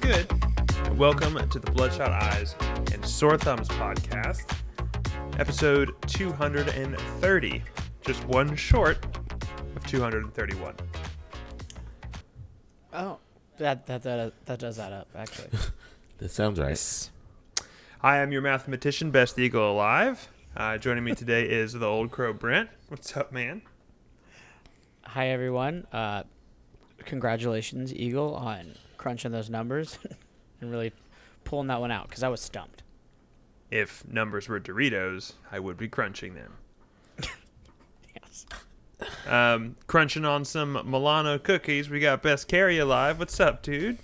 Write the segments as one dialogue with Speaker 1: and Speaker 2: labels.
Speaker 1: good. Welcome to the Bloodshot Eyes and Sore Thumbs podcast, episode 230, just one short of 231.
Speaker 2: Oh, that that that that does add up actually.
Speaker 3: That sounds right.
Speaker 1: I am your mathematician, best eagle alive. Uh, joining me today is the old crow Brent. What's up, man?
Speaker 2: Hi everyone. Uh, congratulations, Eagle, on crunching those numbers and really pulling that one out because I was stumped.
Speaker 1: If numbers were Doritos, I would be crunching them.
Speaker 2: Yes.
Speaker 1: Um, crunching on some Milano cookies. We got Best Carry alive. What's up, dude?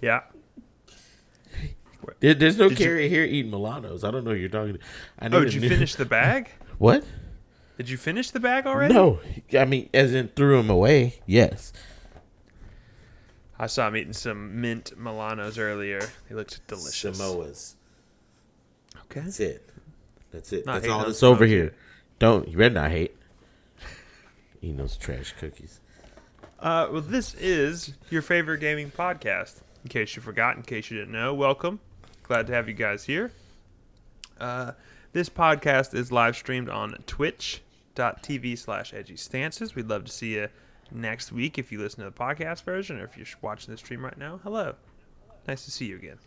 Speaker 1: Yeah.
Speaker 3: There, there's no
Speaker 1: Did you-
Speaker 3: carry here eating Milanos. I don't know what you're talking. To. I need
Speaker 1: Oh,
Speaker 3: a
Speaker 1: did you
Speaker 3: new-
Speaker 1: finish the bag?
Speaker 3: What?
Speaker 1: Did you finish the bag already?
Speaker 3: No, I mean, as in threw him away. Yes.
Speaker 1: I saw him eating some mint Milanos earlier. They looked delicious.
Speaker 3: Samoa's.
Speaker 1: Okay.
Speaker 3: That's it. That's it.
Speaker 1: Not
Speaker 3: that's
Speaker 1: hating
Speaker 3: all
Speaker 1: on
Speaker 3: that's over
Speaker 1: Samoas
Speaker 3: here. Don't you better not hate. Eating those trash cookies.
Speaker 1: Uh, well, this is your favorite gaming podcast. In case you forgot, in case you didn't know, welcome. Glad to have you guys here. Uh, this podcast is live streamed on twitch.tv slash edgy stances. We'd love to see you next week if you listen to the podcast version or if you're watching the stream right now. Hello. Nice to see you again.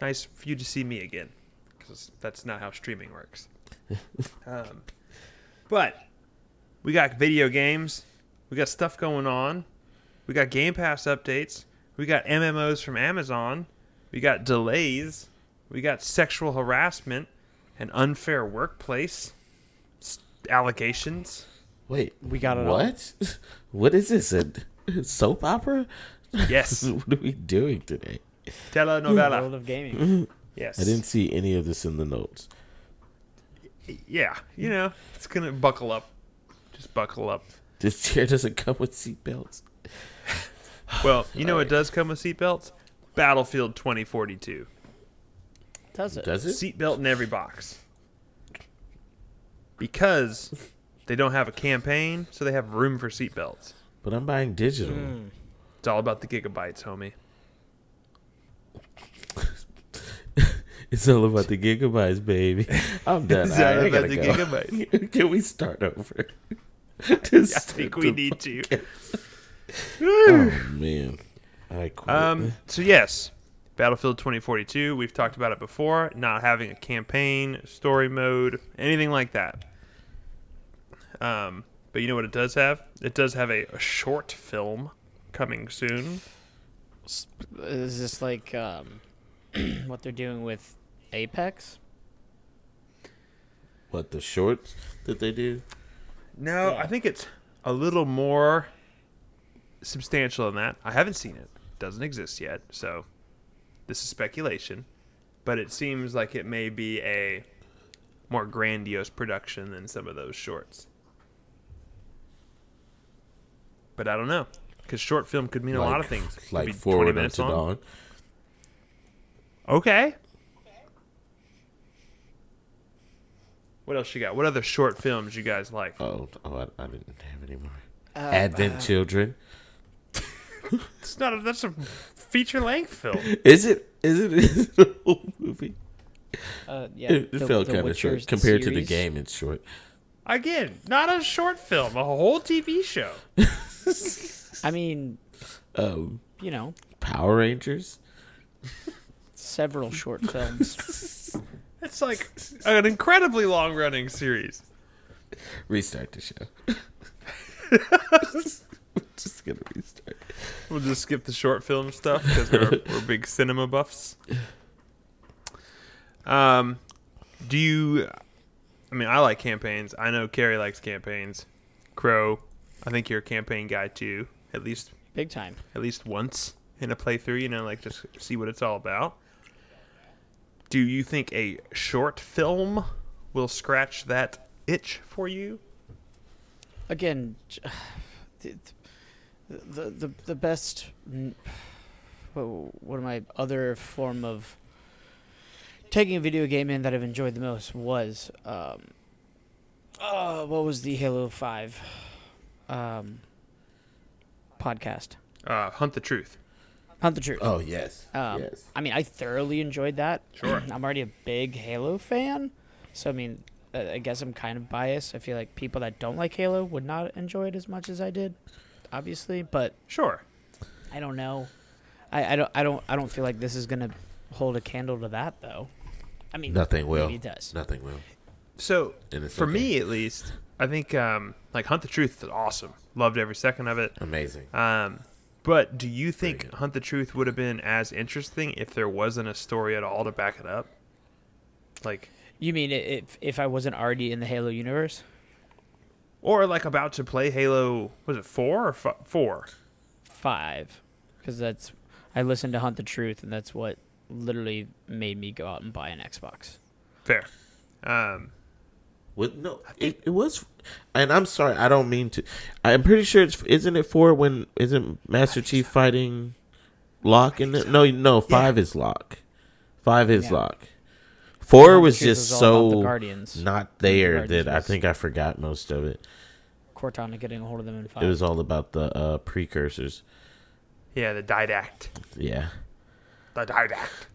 Speaker 1: Nice for you to see me again because that's not how streaming works. um, but we got video games. We got stuff going on. We got Game Pass updates. We got MMOs from Amazon. We got delays. We got sexual harassment and unfair workplace s- allegations.
Speaker 3: Wait, we
Speaker 2: got it all.
Speaker 3: What? What is this? A soap opera?
Speaker 1: Yes.
Speaker 3: what are we doing today?
Speaker 2: World
Speaker 1: Telenovela.
Speaker 2: of gaming.
Speaker 1: Yes.
Speaker 3: I didn't see any of this in the notes.
Speaker 1: Yeah. You know, it's going to buckle up. Just buckle up.
Speaker 3: This chair doesn't come with seatbelts.
Speaker 1: Well, you know, it does come with seatbelts. Battlefield 2042.
Speaker 2: Does it?
Speaker 3: Does it?
Speaker 1: seatbelt in every box because they don't have a campaign, so they have room for seatbelts.
Speaker 3: But I'm buying digital.
Speaker 1: Hmm. It's all about the gigabytes, homie.
Speaker 3: It's all about the gigabytes, baby. I'm done.
Speaker 1: It's
Speaker 3: I,
Speaker 1: all
Speaker 3: I
Speaker 1: about
Speaker 3: gotta
Speaker 1: the
Speaker 3: go.
Speaker 1: gigabytes.
Speaker 3: Can we start over?
Speaker 1: I
Speaker 3: Just
Speaker 1: think
Speaker 3: start
Speaker 1: we
Speaker 3: the-
Speaker 1: need to.
Speaker 3: Oh man, I quit.
Speaker 1: Um, so yes, Battlefield 2042. We've talked about it before. Not having a campaign, story mode, anything like that. Um, but you know what it does have? It does have a, a short film coming soon.
Speaker 2: Is this like um, what they're doing with Apex?
Speaker 3: what the shorts that they do?
Speaker 1: No, I think it's a little more substantial than that. I haven't seen it. Doesn't exist yet, so this is speculation. But it seems like it may be a more grandiose production than some of those shorts. But I don't know, because short film could mean a lot of things. It could
Speaker 3: Like
Speaker 1: be 20
Speaker 3: forward
Speaker 1: minutes
Speaker 3: unto
Speaker 1: long.
Speaker 3: dawn.
Speaker 1: Okay. What else you got? What other short films you guys like?
Speaker 3: Oh, oh I, I didn't have any more.
Speaker 1: Uh,
Speaker 3: Advent Children.
Speaker 1: It's not. A, that's a feature length film.
Speaker 3: Is it? Is it? Is it a whole movie?
Speaker 2: Uh, yeah,
Speaker 3: It, it felt kind of
Speaker 2: Witcher's
Speaker 3: short compared to the
Speaker 2: series.
Speaker 3: game. It's short.
Speaker 1: Again, not a short film, a whole TV show.
Speaker 2: I mean,
Speaker 3: Um,
Speaker 2: you know,
Speaker 3: Power Rangers.
Speaker 2: several short films.
Speaker 1: It's like an incredibly long running series.
Speaker 3: Restart the show. Just gonna restart.
Speaker 1: We'll just skip the short film stuff because we're, we're big cinema buffs. Um, do you? I mean, I like campaigns. I know Carrie likes campaigns. Crow, I think you're a campaign guy too. At least
Speaker 2: Big time.
Speaker 1: at least once in a playthrough, you know, like just see what it's all about. Do you think a short film will scratch that itch for you?
Speaker 2: again, j- the the the, the best. n- wha- What am I? Other form of taking a video game in that I've enjoyed the most was um, uh, what was the Halo Five um, podcast?
Speaker 1: Uh, Hunt the Truth.
Speaker 2: Hunt the Truth.
Speaker 3: Oh yes.
Speaker 2: Um,
Speaker 3: yes.
Speaker 2: I mean, I thoroughly enjoyed that.
Speaker 1: Sure.
Speaker 2: I'm already a big Halo fan, so I mean, uh, I guess I'm kind of biased. I feel like people that don't like Halo would not enjoy it as much as I did, obviously. But
Speaker 1: Sure.
Speaker 2: I don't know. I, I don't. I don't. I don't feel like this is gonna hold a candle to that, though. I mean,
Speaker 3: Nothing will.
Speaker 2: Maybe it does.
Speaker 3: Nothing will.
Speaker 1: So
Speaker 3: And it's
Speaker 1: for
Speaker 3: okay.
Speaker 1: me at least, I think um, like Hunt the Truth is awesome. Loved every second of it.
Speaker 3: Amazing.
Speaker 1: Um, but do you think
Speaker 3: good.
Speaker 1: Hunt the Truth would have been as interesting if there wasn't a story at all to back it up? Like,
Speaker 2: You mean i- if if I wasn't already in the Halo universe?
Speaker 1: or like about to play Halo? Was it four or f- four?
Speaker 2: Five, because that's I listened to Hunt the Truth, and that's what literally made me go out and buy an Xbox.
Speaker 1: Fair. Um,
Speaker 3: What? No, it, it was. And I'm sorry, I don't mean to. I'm pretty sure it's isn't it four when isn't Master Chief fighting Locke in it? No, no, five is Locke. Five is
Speaker 2: Yeah.
Speaker 3: Locke. Four
Speaker 2: Hunt the
Speaker 3: was
Speaker 2: Truth
Speaker 3: just
Speaker 2: was all about the
Speaker 3: so
Speaker 2: Guardians.
Speaker 3: not there
Speaker 2: Guardians
Speaker 3: that I
Speaker 2: was-
Speaker 3: think I forgot most of it.
Speaker 2: Cortana getting a hold of them in five.
Speaker 3: It was all about the uh, precursors.
Speaker 1: yeah, the Didact.
Speaker 3: Yeah.
Speaker 1: The Didact.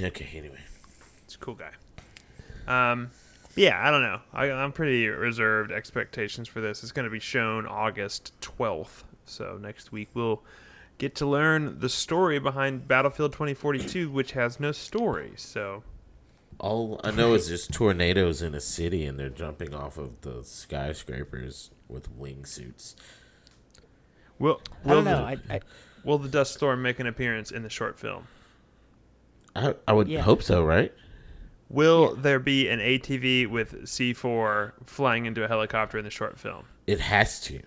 Speaker 3: Okay. Anyway.
Speaker 1: It's a cool guy. Um, yeah, I don't know. I, I'm pretty reserved expectations for this. It's going to be shown August 12th. So next week we'll get to learn the story behind Battlefield 2042, which has no story. So
Speaker 3: All I know is there's tornadoes in a city and they're jumping off of the skyscrapers with wingsuits.
Speaker 1: will
Speaker 2: I
Speaker 1: will,
Speaker 2: don't know. I, I,
Speaker 1: will the dust storm make an appearance in the short film?
Speaker 3: I, I would
Speaker 2: Yeah.
Speaker 3: hope so, right?
Speaker 1: Will there be an ATV with C4 flying into a helicopter in the short film?
Speaker 3: It has to.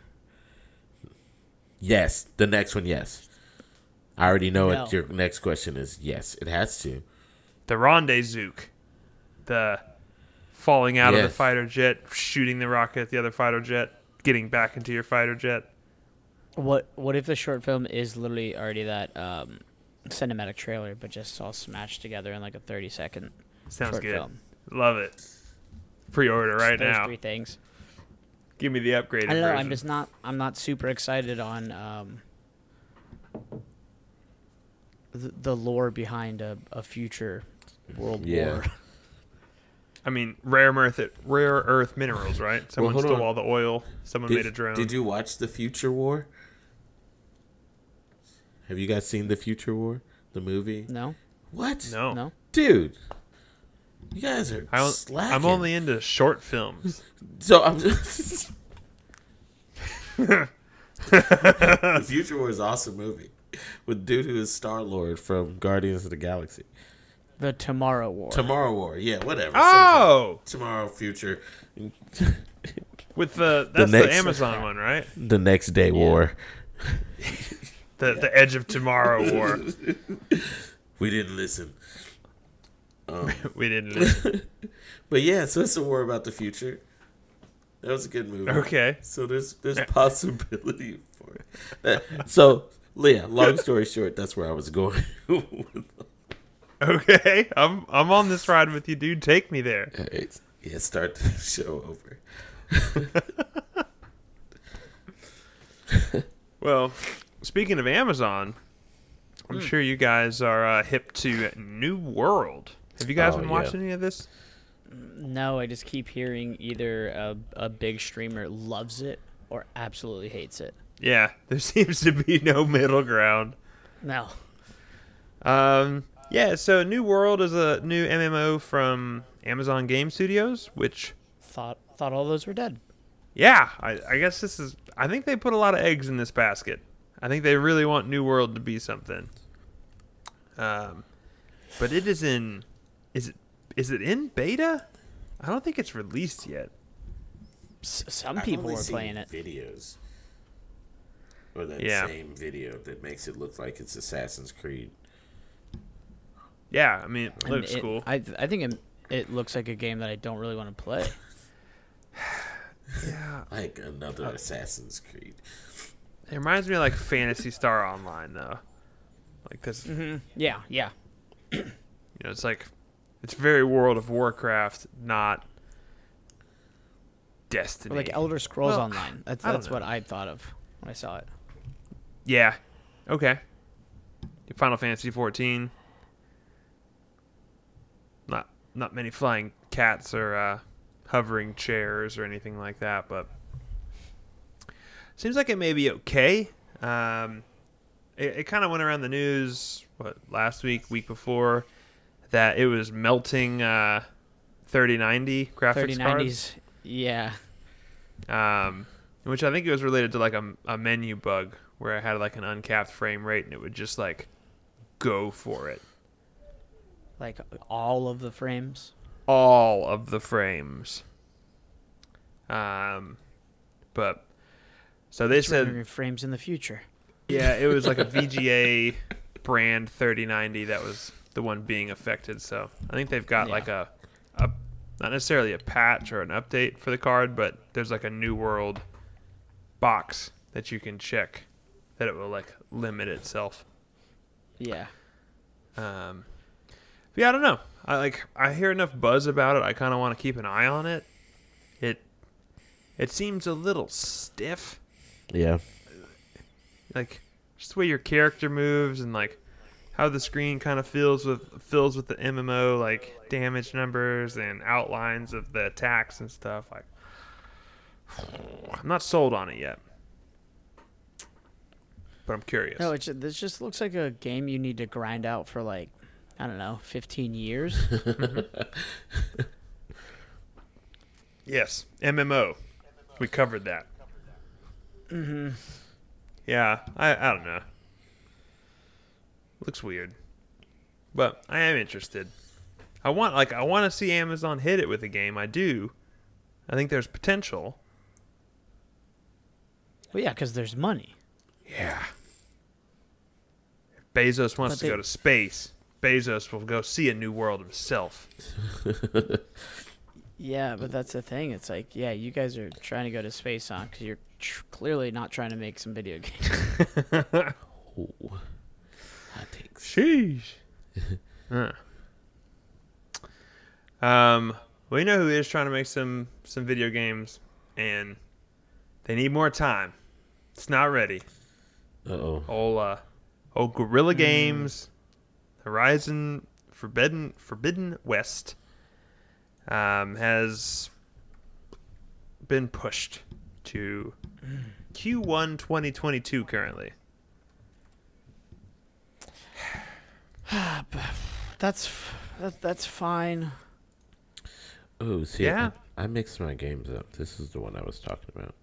Speaker 3: Yes, the next one, yes. I already know
Speaker 2: No.
Speaker 3: what your next question is. Yes, it has to.
Speaker 1: The rendezvous, the falling out of the
Speaker 3: Yes.
Speaker 1: fighter jet, shooting the rocket at the other fighter jet, getting back into your fighter jet.
Speaker 2: what what if the short film is literally already that um, cinematic trailer, but just all smashed together in like a thirty second
Speaker 1: Sounds
Speaker 2: short
Speaker 1: good.
Speaker 2: film?
Speaker 1: Love it. Pre-order right
Speaker 2: Those
Speaker 1: now.
Speaker 2: three things.
Speaker 1: Give me the upgraded
Speaker 2: I don't know.
Speaker 1: version.
Speaker 2: I'm just not. I'm not super excited on um, the, the lore behind a, a future world
Speaker 3: Yeah.
Speaker 2: war.
Speaker 1: I mean, rare earth, rare earth minerals, right? Someone
Speaker 3: hold
Speaker 1: stole
Speaker 3: on.
Speaker 1: all the oil. Someone made a drone.
Speaker 3: Did you watch The Future War? Have you guys seen The Future War? The movie?
Speaker 2: No,
Speaker 3: What?
Speaker 1: no.
Speaker 2: no.
Speaker 3: Dude. You guys are
Speaker 1: I,
Speaker 3: slacking.
Speaker 1: I'm only into short films.
Speaker 3: So I'm just. the Future War is an awesome movie with dude who is Star Lord from Guardians of the Galaxy.
Speaker 2: The Tomorrow War.
Speaker 3: Tomorrow War, yeah, whatever.
Speaker 1: oh,
Speaker 3: Something. Tomorrow Future.
Speaker 1: with the that's the,
Speaker 3: next-
Speaker 1: Amazon one, right?
Speaker 3: The next day war.
Speaker 1: The the Edge of Tomorrow War.
Speaker 3: We didn't listen.
Speaker 1: we didn't. Listen.
Speaker 3: But yeah, so it's a war about the future. That was a good movie.
Speaker 1: Okay.
Speaker 3: So there's there's possibility for it. That- So Leah, long story short, that's where I was going.
Speaker 1: Okay, I'm I'm on this ride with you, dude. Take me there.
Speaker 3: Alright. Yeah, start the show over.
Speaker 1: Well, speaking of Amazon,
Speaker 3: Hmm.
Speaker 1: I'm sure you guys are uh, hip to New World. Have you guys
Speaker 3: Oh,
Speaker 1: been
Speaker 3: yeah.
Speaker 1: watching any of this?
Speaker 2: No, I just keep hearing either a, a big streamer loves it or absolutely hates it.
Speaker 1: Yeah, there seems to be no middle ground.
Speaker 2: No.
Speaker 1: Um, yeah, so New World is a new MMO from Amazon Game Studios, which
Speaker 2: Thought thought all those were dead.
Speaker 1: yeah, I, I guess this is. I think they put a lot of eggs in this basket. I think they really want New World to be something. Um, but it is in. Is it is it in beta? I don't think it's released yet.
Speaker 2: S- some
Speaker 3: I've
Speaker 2: people
Speaker 3: only
Speaker 2: were
Speaker 3: seen
Speaker 2: playing it.
Speaker 3: Videos. Or that
Speaker 1: Yeah.
Speaker 3: same video that makes it look like it's Assassin's Creed.
Speaker 1: Yeah, I mean, it
Speaker 2: and
Speaker 1: looks
Speaker 2: it-
Speaker 1: cool.
Speaker 2: I I think it, it looks like a game that I don't really want to play.
Speaker 1: yeah,
Speaker 3: Like another Assassin's Creed.
Speaker 1: it reminds me of like Fantasy Star Online though. Like this, you
Speaker 2: yeah, yeah.
Speaker 1: know, it's like it's very World of Warcraft, not Destiny.
Speaker 2: Or like Elder Scrolls
Speaker 1: Well,
Speaker 2: Online. That's
Speaker 1: I don't
Speaker 2: that's
Speaker 1: know.
Speaker 2: what I thought of when I saw it.
Speaker 1: Yeah. Okay. Final Fantasy 14. Not not many flying cats or uh, hovering chairs or anything like that, but seems like it may be okay. Um, it, it kind of went around the news what last week, week before, that it was melting uh, 3090 graphics
Speaker 2: Thirty
Speaker 1: cards,
Speaker 2: nineties. Yeah.
Speaker 1: um, which I think it was related to like a, a menu bug where I had like an uncapped frame rate and it would just like go for it.
Speaker 2: Like all of the frames.
Speaker 1: all of the frames. Um, but so they said,
Speaker 2: 300 frames in the future.
Speaker 1: yeah, it was like a VGA brand 3090 that was the one being affected. So I think they've got
Speaker 2: Yeah.
Speaker 1: like a, a not necessarily a patch or an update for the card, but there's like a new world box that you can check that it will like limit itself.
Speaker 2: Yeah.
Speaker 1: Um, but yeah, I don't know. I like I hear enough buzz about it. I kind of want to keep an eye on it. It it seems a little stiff,
Speaker 3: Yeah.
Speaker 1: like just the way your character moves and like how the screen kind of fills with fills with the MMO like damage numbers and outlines of the attacks and stuff. Like I'm not sold on it yet, but I'm curious.
Speaker 2: No, it ju- this just looks like a game you need to grind out for like I don't know, fifteen years.
Speaker 1: Yes, MMO. We covered that. Mm-hmm. Yeah, I, I don't know. Looks weird, but I am interested. I want like I want to see Amazon hit it with a game. I do. I think there's potential.
Speaker 2: well, yeah, because there's money.
Speaker 1: Yeah. If Bezos wants
Speaker 2: But
Speaker 1: to
Speaker 2: they-
Speaker 1: go to space. Bezos will go see a new world himself.
Speaker 2: Yeah, but that's the thing. It's like, yeah, you guys are trying to go to space on because you're tr- clearly not trying to make some video games.
Speaker 3: Ooh. Hot takes.
Speaker 1: Sheesh. Huh. Um, well, you know who is trying to make some some video games, and they need more time. It's not ready.
Speaker 3: Uh oh.
Speaker 1: Old uh, old Guerrilla Games, Horizon Forbidden Forbidden West, um, has been pushed to Q1 2022 currently.
Speaker 2: that's f- that, that's fine.
Speaker 3: Oh, see,
Speaker 1: Yeah.
Speaker 3: I, I mixed my games up. This is the one I was talking about.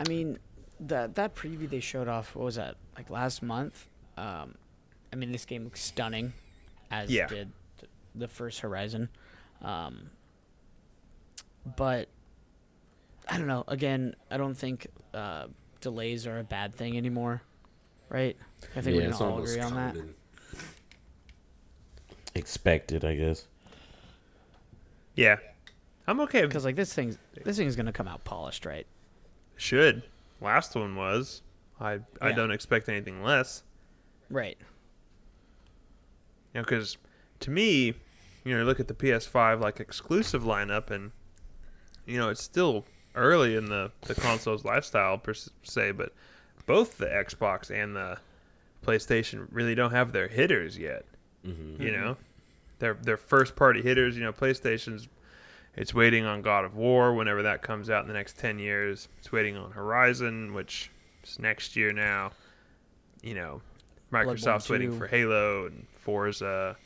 Speaker 2: I mean, that that preview they showed off, what was that? Like last month. Um, I mean, this game looks stunning, as
Speaker 1: Yeah.
Speaker 2: did th- the first Horizon. Um, but I don't know. Again, I don't think uh, delays are a bad thing anymore, right? I think we can all agree on that.
Speaker 3: Expected, I guess.
Speaker 1: Yeah, I'm okay. with-
Speaker 2: Because like this thing's this thing's gonna come out polished, right?
Speaker 1: Should. Last one was. I I
Speaker 2: Yeah.
Speaker 1: don't expect anything less.
Speaker 2: Right.
Speaker 1: You know, because to me, you know, look at the PS5 like exclusive lineup, and you know, it's still early in the the console's lifestyle per se, but both the Xbox and the PlayStation really don't have their hitters yet. You know, their their first party hitters. You know, PlayStation's it's waiting on God of War whenever that comes out in the next ten years. It's waiting on Horizon, which is next year now. You know, Microsoft's
Speaker 2: Bloodborne
Speaker 1: waiting
Speaker 2: 2.
Speaker 1: for Halo and Forza.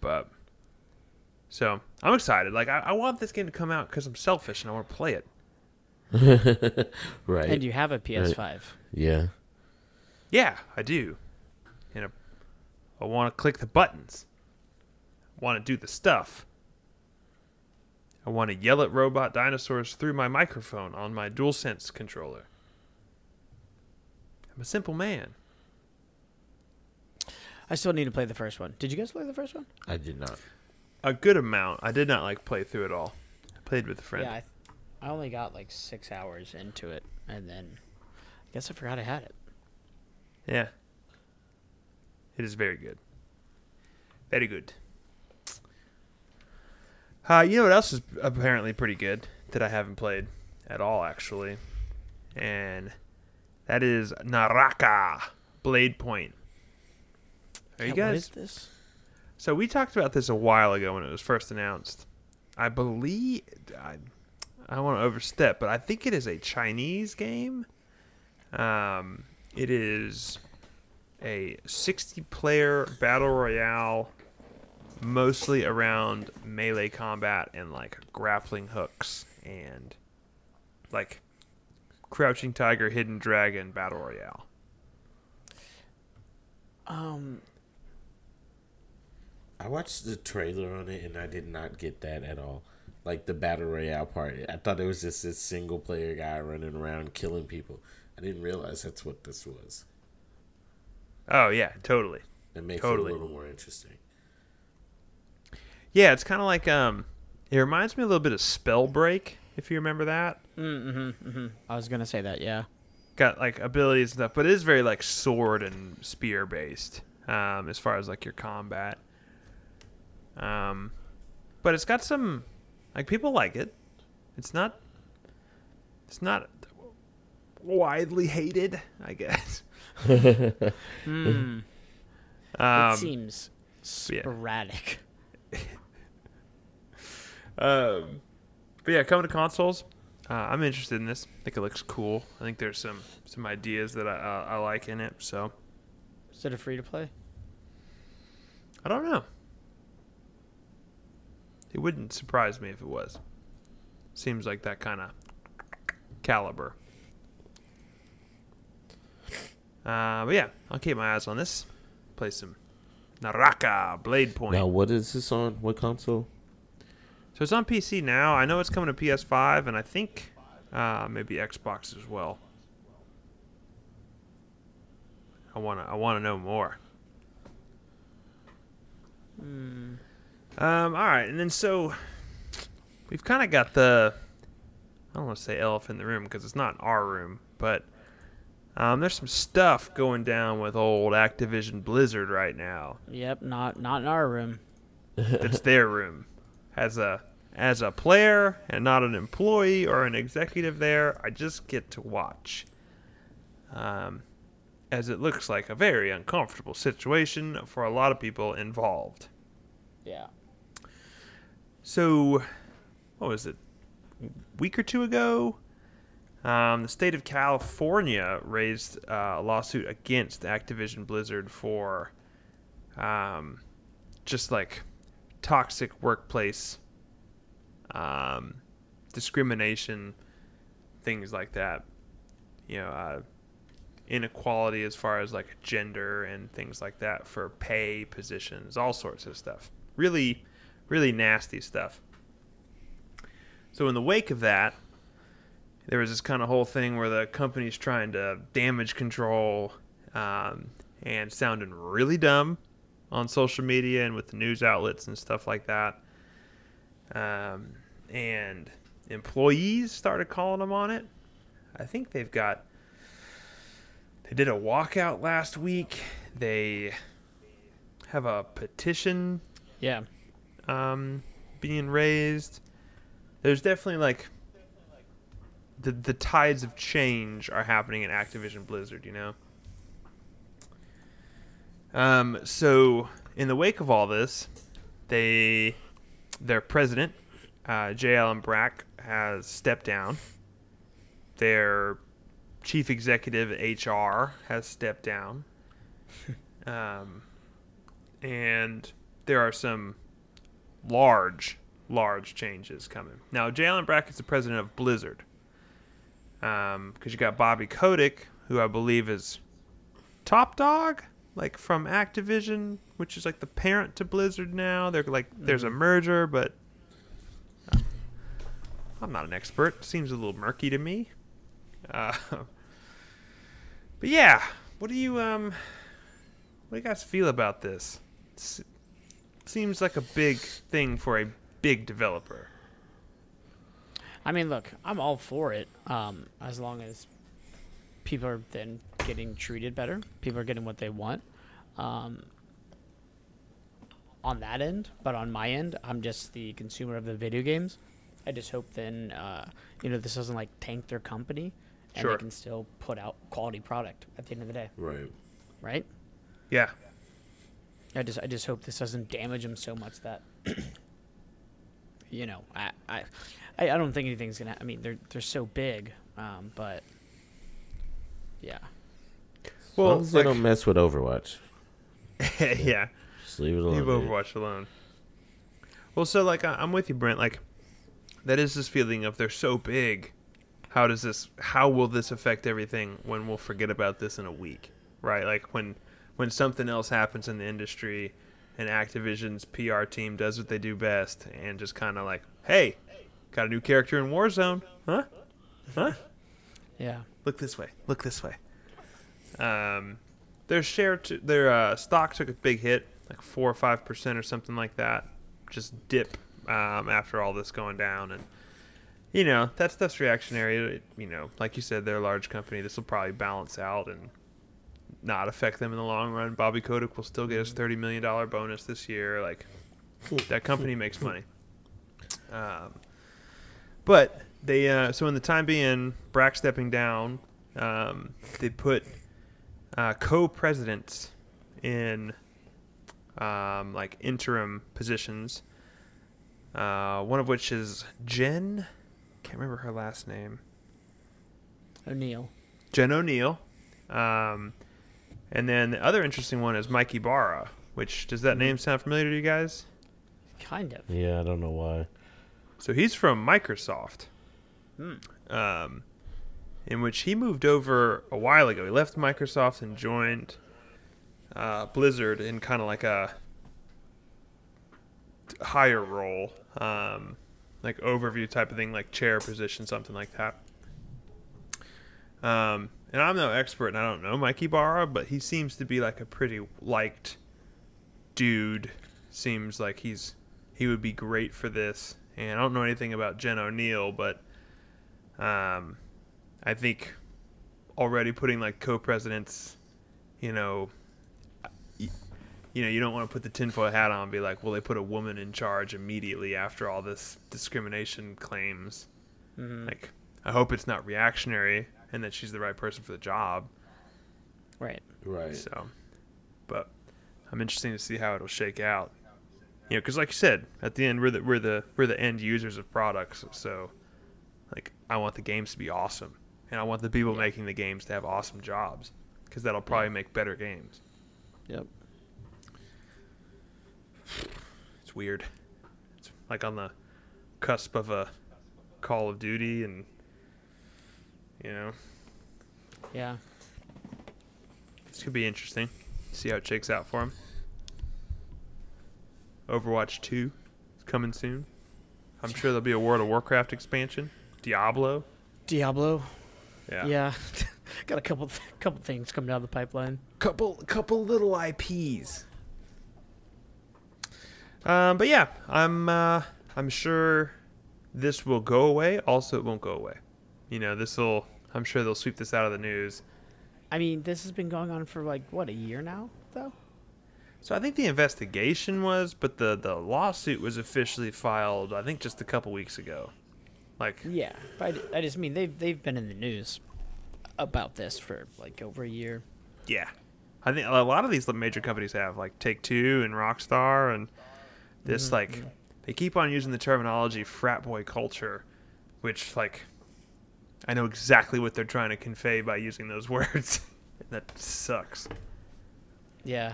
Speaker 1: But so I'm excited. Like I, I want this game to come out because I'm selfish and I want to play it.
Speaker 3: Right.
Speaker 2: And you have a PS5.
Speaker 3: yeah.
Speaker 1: Yeah, I do. And I, I want to click the buttons. I want to do the stuff. I want to yell at robot dinosaurs through my microphone on my DualSense controller. I'm a simple man.
Speaker 2: I still need to play the first one. Did you guys play the first one?
Speaker 3: I did not.
Speaker 1: A good amount. I did not like play through it all. I played with a friend.
Speaker 2: Yeah. I, I only got like six hours into it, and then I guess I forgot I had it.
Speaker 1: Yeah. It is very good. Very good. Uh, you know what else is apparently pretty good that I haven't played? at all, actually. And that is Naraka Blade Point. Are you
Speaker 2: Yeah, What
Speaker 1: guys
Speaker 2: is this?
Speaker 1: so we talked about this a while ago when it was first announced. I believe I, I don't want to overstep, but I think it is a Chinese game. Um, it is a 60-player battle royale, mostly around melee combat and like grappling hooks and like crouching tiger, hidden dragon battle royale.
Speaker 2: Um,
Speaker 3: I watched the trailer on it and I did not get that at all. Like the battle royale part, I thought it was just this single player guy running around killing people. I didn't realize that's what this was.
Speaker 1: Oh yeah, totally.
Speaker 3: It makes
Speaker 1: Totally.
Speaker 3: it a little more interesting.
Speaker 1: Yeah, it's kind of like um, it reminds me a little bit of Spell Break, if you remember that.
Speaker 2: I was gonna say that. Yeah.
Speaker 1: Got like abilities and stuff, but it is very like sword and spear based um, as far as like your combat. Um, but it's got some like people like it. It's not. It's not widely hated, I guess.
Speaker 2: it
Speaker 1: Um,
Speaker 2: seems sporadic.
Speaker 1: Um, but yeah, coming to consoles, uh, I'm interested in this. I think it looks cool. I think there's some some ideas that I, I, I like in it. So
Speaker 2: Is it a free to play?
Speaker 1: I don't know. It wouldn't surprise me if it was. Seems like that kind of caliber. Uh, but yeah, I'll keep my eyes on this. Play some Naraka Blade Point.
Speaker 3: Now, what is this on? What console?
Speaker 1: So it's on PC now. I know it's coming to PS5 and I think uh, maybe Xbox as well. I wanna I wanna know more. Um, all right, and then so we've kind of got the I don't want to say elephant in the room because it's not our room, but um, there's some stuff going down with old Activision Blizzard right now.
Speaker 2: Yep. Not not in our room.
Speaker 1: It's their room. As a as a player and not an employee or an executive there, I just get to watch. Um, as it looks like a very uncomfortable situation for a lot of people involved.
Speaker 2: Yeah.
Speaker 1: So, what was it? A week or two ago, um, the state of California raised uh, a lawsuit against Activision Blizzard for um, just like toxic workplace um, discrimination, things like that. You know, uh, inequality as far as like gender and things like that for pay, positions, all sorts of stuff. Really, really nasty stuff. So, in the wake of that, there was this kind of whole thing where the company's trying to damage control um, and sounding really dumb on social media and with the news outlets and stuff like that. Um, and employees started calling them on it. I think they've got. They did a walkout last week. They have a petition
Speaker 2: Yeah.
Speaker 1: um, being raised. There's definitely like the the tides of change are happening in Activision Blizzard, you know. Um, so in the wake of all this, they their president, uh, J. Allen Brack, has stepped down. Their chief executive HR has stepped down. um, and there are some large, large changes coming. Now, Jalen Brackett's the president of Blizzard. Because you got Bobby Kotick, who I believe is top dog, like from Activision, which is like the parent to Blizzard now. They're like, there's a merger, but uh, I'm not an expert. Seems a little murky to me. Uh, but yeah, what do you um, what do you guys feel about this? It's- seems like a big thing for a big developer.
Speaker 2: I mean, look, I'm all for it. Um, as long as people are then getting treated better, people are getting what they want. Um, on that end, but on my end, I'm just the consumer of the video games. I just hope then, uh, you know, this doesn't like tank their company, and
Speaker 1: Sure.
Speaker 2: they can still put out quality product at the end of the day,
Speaker 4: Right.
Speaker 2: right?
Speaker 1: Yeah.
Speaker 2: I just I just hope this doesn't damage them so much that you know I I I I don't think anything's gonna. I mean they're they're so big, um, but yeah,
Speaker 3: Well,
Speaker 1: Well,
Speaker 3: they don't mess with Overwatch.
Speaker 1: like, yeah.
Speaker 3: Just leave it alone.
Speaker 1: Leave
Speaker 3: dude.
Speaker 1: Overwatch alone. Well, so like I- I'm with you, Brent. Like that is this feeling of they're so big. How does this? How will this affect everything when we'll forget about this in a week? Right? Like when when something else happens in the industry, and Activision's PR team does what they do best, and just kind of like, hey, got a new character in Warzone, huh? Huh?
Speaker 2: yeah,
Speaker 1: look this way, look this way. Um, their share, to, their uh, stock took a big hit, like four or five percent or something like that, just dip um, after all this going down, and you know that stuff's reactionary. It- you know, like you said, they're a large company. This will probably balance out and not affect them in the long run. Bobby Kotick will still get his thirty million dollar bonus this year. Like that company makes money. Um, but they uh, so in the time being, Brack stepping down, um, they put uh, co-presidents in um, like interim positions. Uh, one of which is Jen. Can't remember her last name.
Speaker 2: O'Neill.
Speaker 1: Jen O'Neill. Um, and then the other interesting one is Mikey Barra. Which does that name sound familiar to you guys?
Speaker 2: Kind of.
Speaker 3: Yeah, I don't know why.
Speaker 1: So he's from Microsoft,
Speaker 2: Hmm.
Speaker 1: um, in which he moved over a while ago. He left Microsoft and joined uh, Blizzard in kind of like a higher role, um, like overview type of thing, like chair position, something like that. Um, and I'm no expert, and I don't know Mikey Barra, but he seems to be like a pretty liked dude. Seems like he's he would be great for this. And I don't know anything about Jen O'Neill, but um, I think already putting like co-presidents, you know, y- you know, you don't want to put the tinfoil hat on and be like, well, they put a woman in charge immediately after all this discrimination claims. Like, I hope it's not reactionary and that she's the right person for the job.
Speaker 2: Right.
Speaker 4: Right.
Speaker 1: So, but I'm interested to see how it'll shake out. You know, because like you said, at the end we're the we're the we're the end users of products. So, like, I want the games to be awesome, and I want the people making the games to have awesome jobs, because that'll probably make better games.
Speaker 2: Yep.
Speaker 1: It's weird. It's like on the cusp of a Call of Duty, and you know,
Speaker 2: Yeah.
Speaker 1: This could be interesting. See how it shakes out for him. Overwatch 2 is coming soon. I'm sure there'll be a World of Warcraft expansion. Diablo.
Speaker 2: Diablo.
Speaker 1: Yeah.
Speaker 2: Yeah. Got a couple couple things coming down the pipeline.
Speaker 1: Couple couple little IPs. Um, but yeah, I'm uh, I'm sure this will go away. Also, it won't go away. You know, this will. I'm sure they'll sweep this out of the news.
Speaker 2: I mean, this has been going on for like what a year now, though.
Speaker 1: So I think the investigation was, but the the lawsuit was officially filed. I think just a couple weeks ago. Like
Speaker 2: Yeah, but I, I just mean they've they've been in the news about this for like over a year.
Speaker 1: yeah, I think a lot of these major companies have like Take Two and Rockstar and this like they keep on using the terminology frat boy culture, which like I know exactly what they're trying to convey by using those words. that sucks.
Speaker 2: Yeah,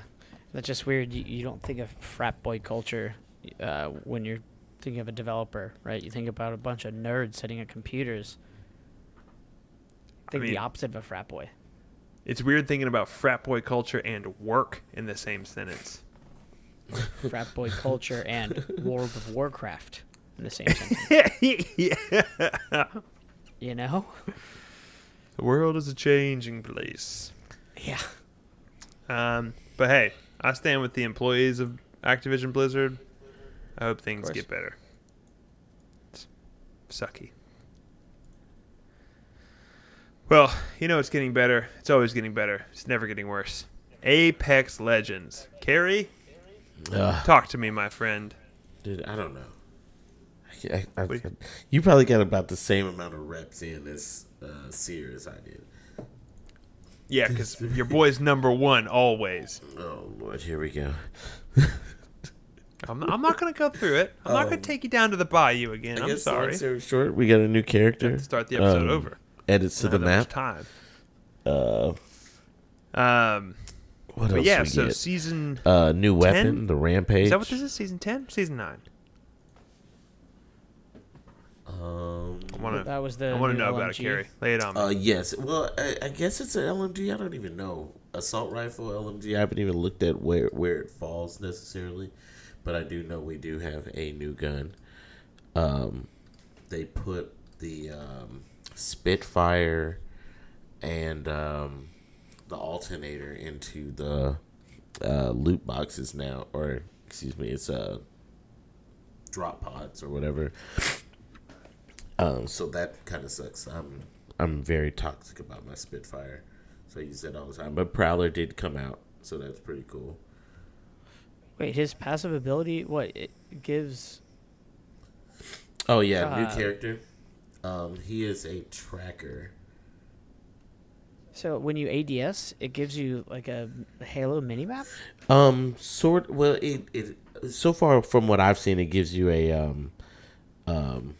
Speaker 2: that's just weird. You, you don't think of frat boy culture uh, when you're thinking of a developer, right? You think about a bunch of nerds sitting at computers. Think
Speaker 1: mean-
Speaker 2: the opposite of a frat boy.
Speaker 1: It's weird thinking about frat boy culture and work in the same sentence.
Speaker 2: Frat boy culture and World of Warcraft in the same sentence.
Speaker 1: yeah.
Speaker 2: You know?
Speaker 1: The world is a changing place.
Speaker 2: Yeah.
Speaker 1: Um, but hey, I stand with the employees of Activision Blizzard. I hope things
Speaker 2: course.
Speaker 1: get better. It's sucky. Well, you know it's getting better. It's always getting better. It's never getting worse. Apex Legends. Carrie,
Speaker 3: Ugh,
Speaker 1: talk to me, my friend.
Speaker 3: dude, I don't know. I I, I,
Speaker 1: Please.
Speaker 3: you probably got about the same amount of reps in as uh, Seer as I did.
Speaker 1: Yeah, because your boy's number one always.
Speaker 3: Oh Lord, here we go.
Speaker 1: I'm not, I'm not gonna go through it. I'm not gonna take you down to the bayou again.
Speaker 3: Um, I
Speaker 1: I'm
Speaker 3: guess to
Speaker 1: sorry.
Speaker 3: make story short, we got a new character.
Speaker 1: to start the episode
Speaker 3: Um,
Speaker 1: over.
Speaker 3: Edits to
Speaker 1: I
Speaker 3: the
Speaker 1: don't have that
Speaker 3: map.
Speaker 1: much
Speaker 3: Uh,
Speaker 1: time. Um,
Speaker 3: what
Speaker 1: but
Speaker 3: else?
Speaker 1: yeah,
Speaker 3: we
Speaker 1: so
Speaker 3: get?
Speaker 1: season
Speaker 3: uh, new weapon, the rampage.
Speaker 1: is that what this is? Season ten, season nine.
Speaker 3: Um,
Speaker 1: I want
Speaker 2: That
Speaker 1: to.
Speaker 2: was the.
Speaker 1: I want to
Speaker 2: new
Speaker 1: know about it,
Speaker 2: LMG.
Speaker 1: Carrie. Lay it on me.
Speaker 3: uh, yes. Well, I, I guess it's an LMG. I don't even know assault rifle LMG. I haven't even looked at where where it falls necessarily, but I do know we do have a new gun. Um, they put the um, Spitfire and um, the alternator into the uh, loot boxes now, or excuse me, it's uh, drop pods or whatever. Um, so that kind of sucks. I'm I'm very toxic about my Spitfire, so I use that all the time. But Prowler did come out, so that's pretty cool.
Speaker 2: Wait, his passive ability, what it gives?
Speaker 3: Oh yeah, new
Speaker 2: Uh,
Speaker 3: character. Um, he is a tracker.
Speaker 2: So when you ADS, it gives you like a Halo minimap.
Speaker 3: Um, sort well, it it so far from what I've seen, it gives you a um, um,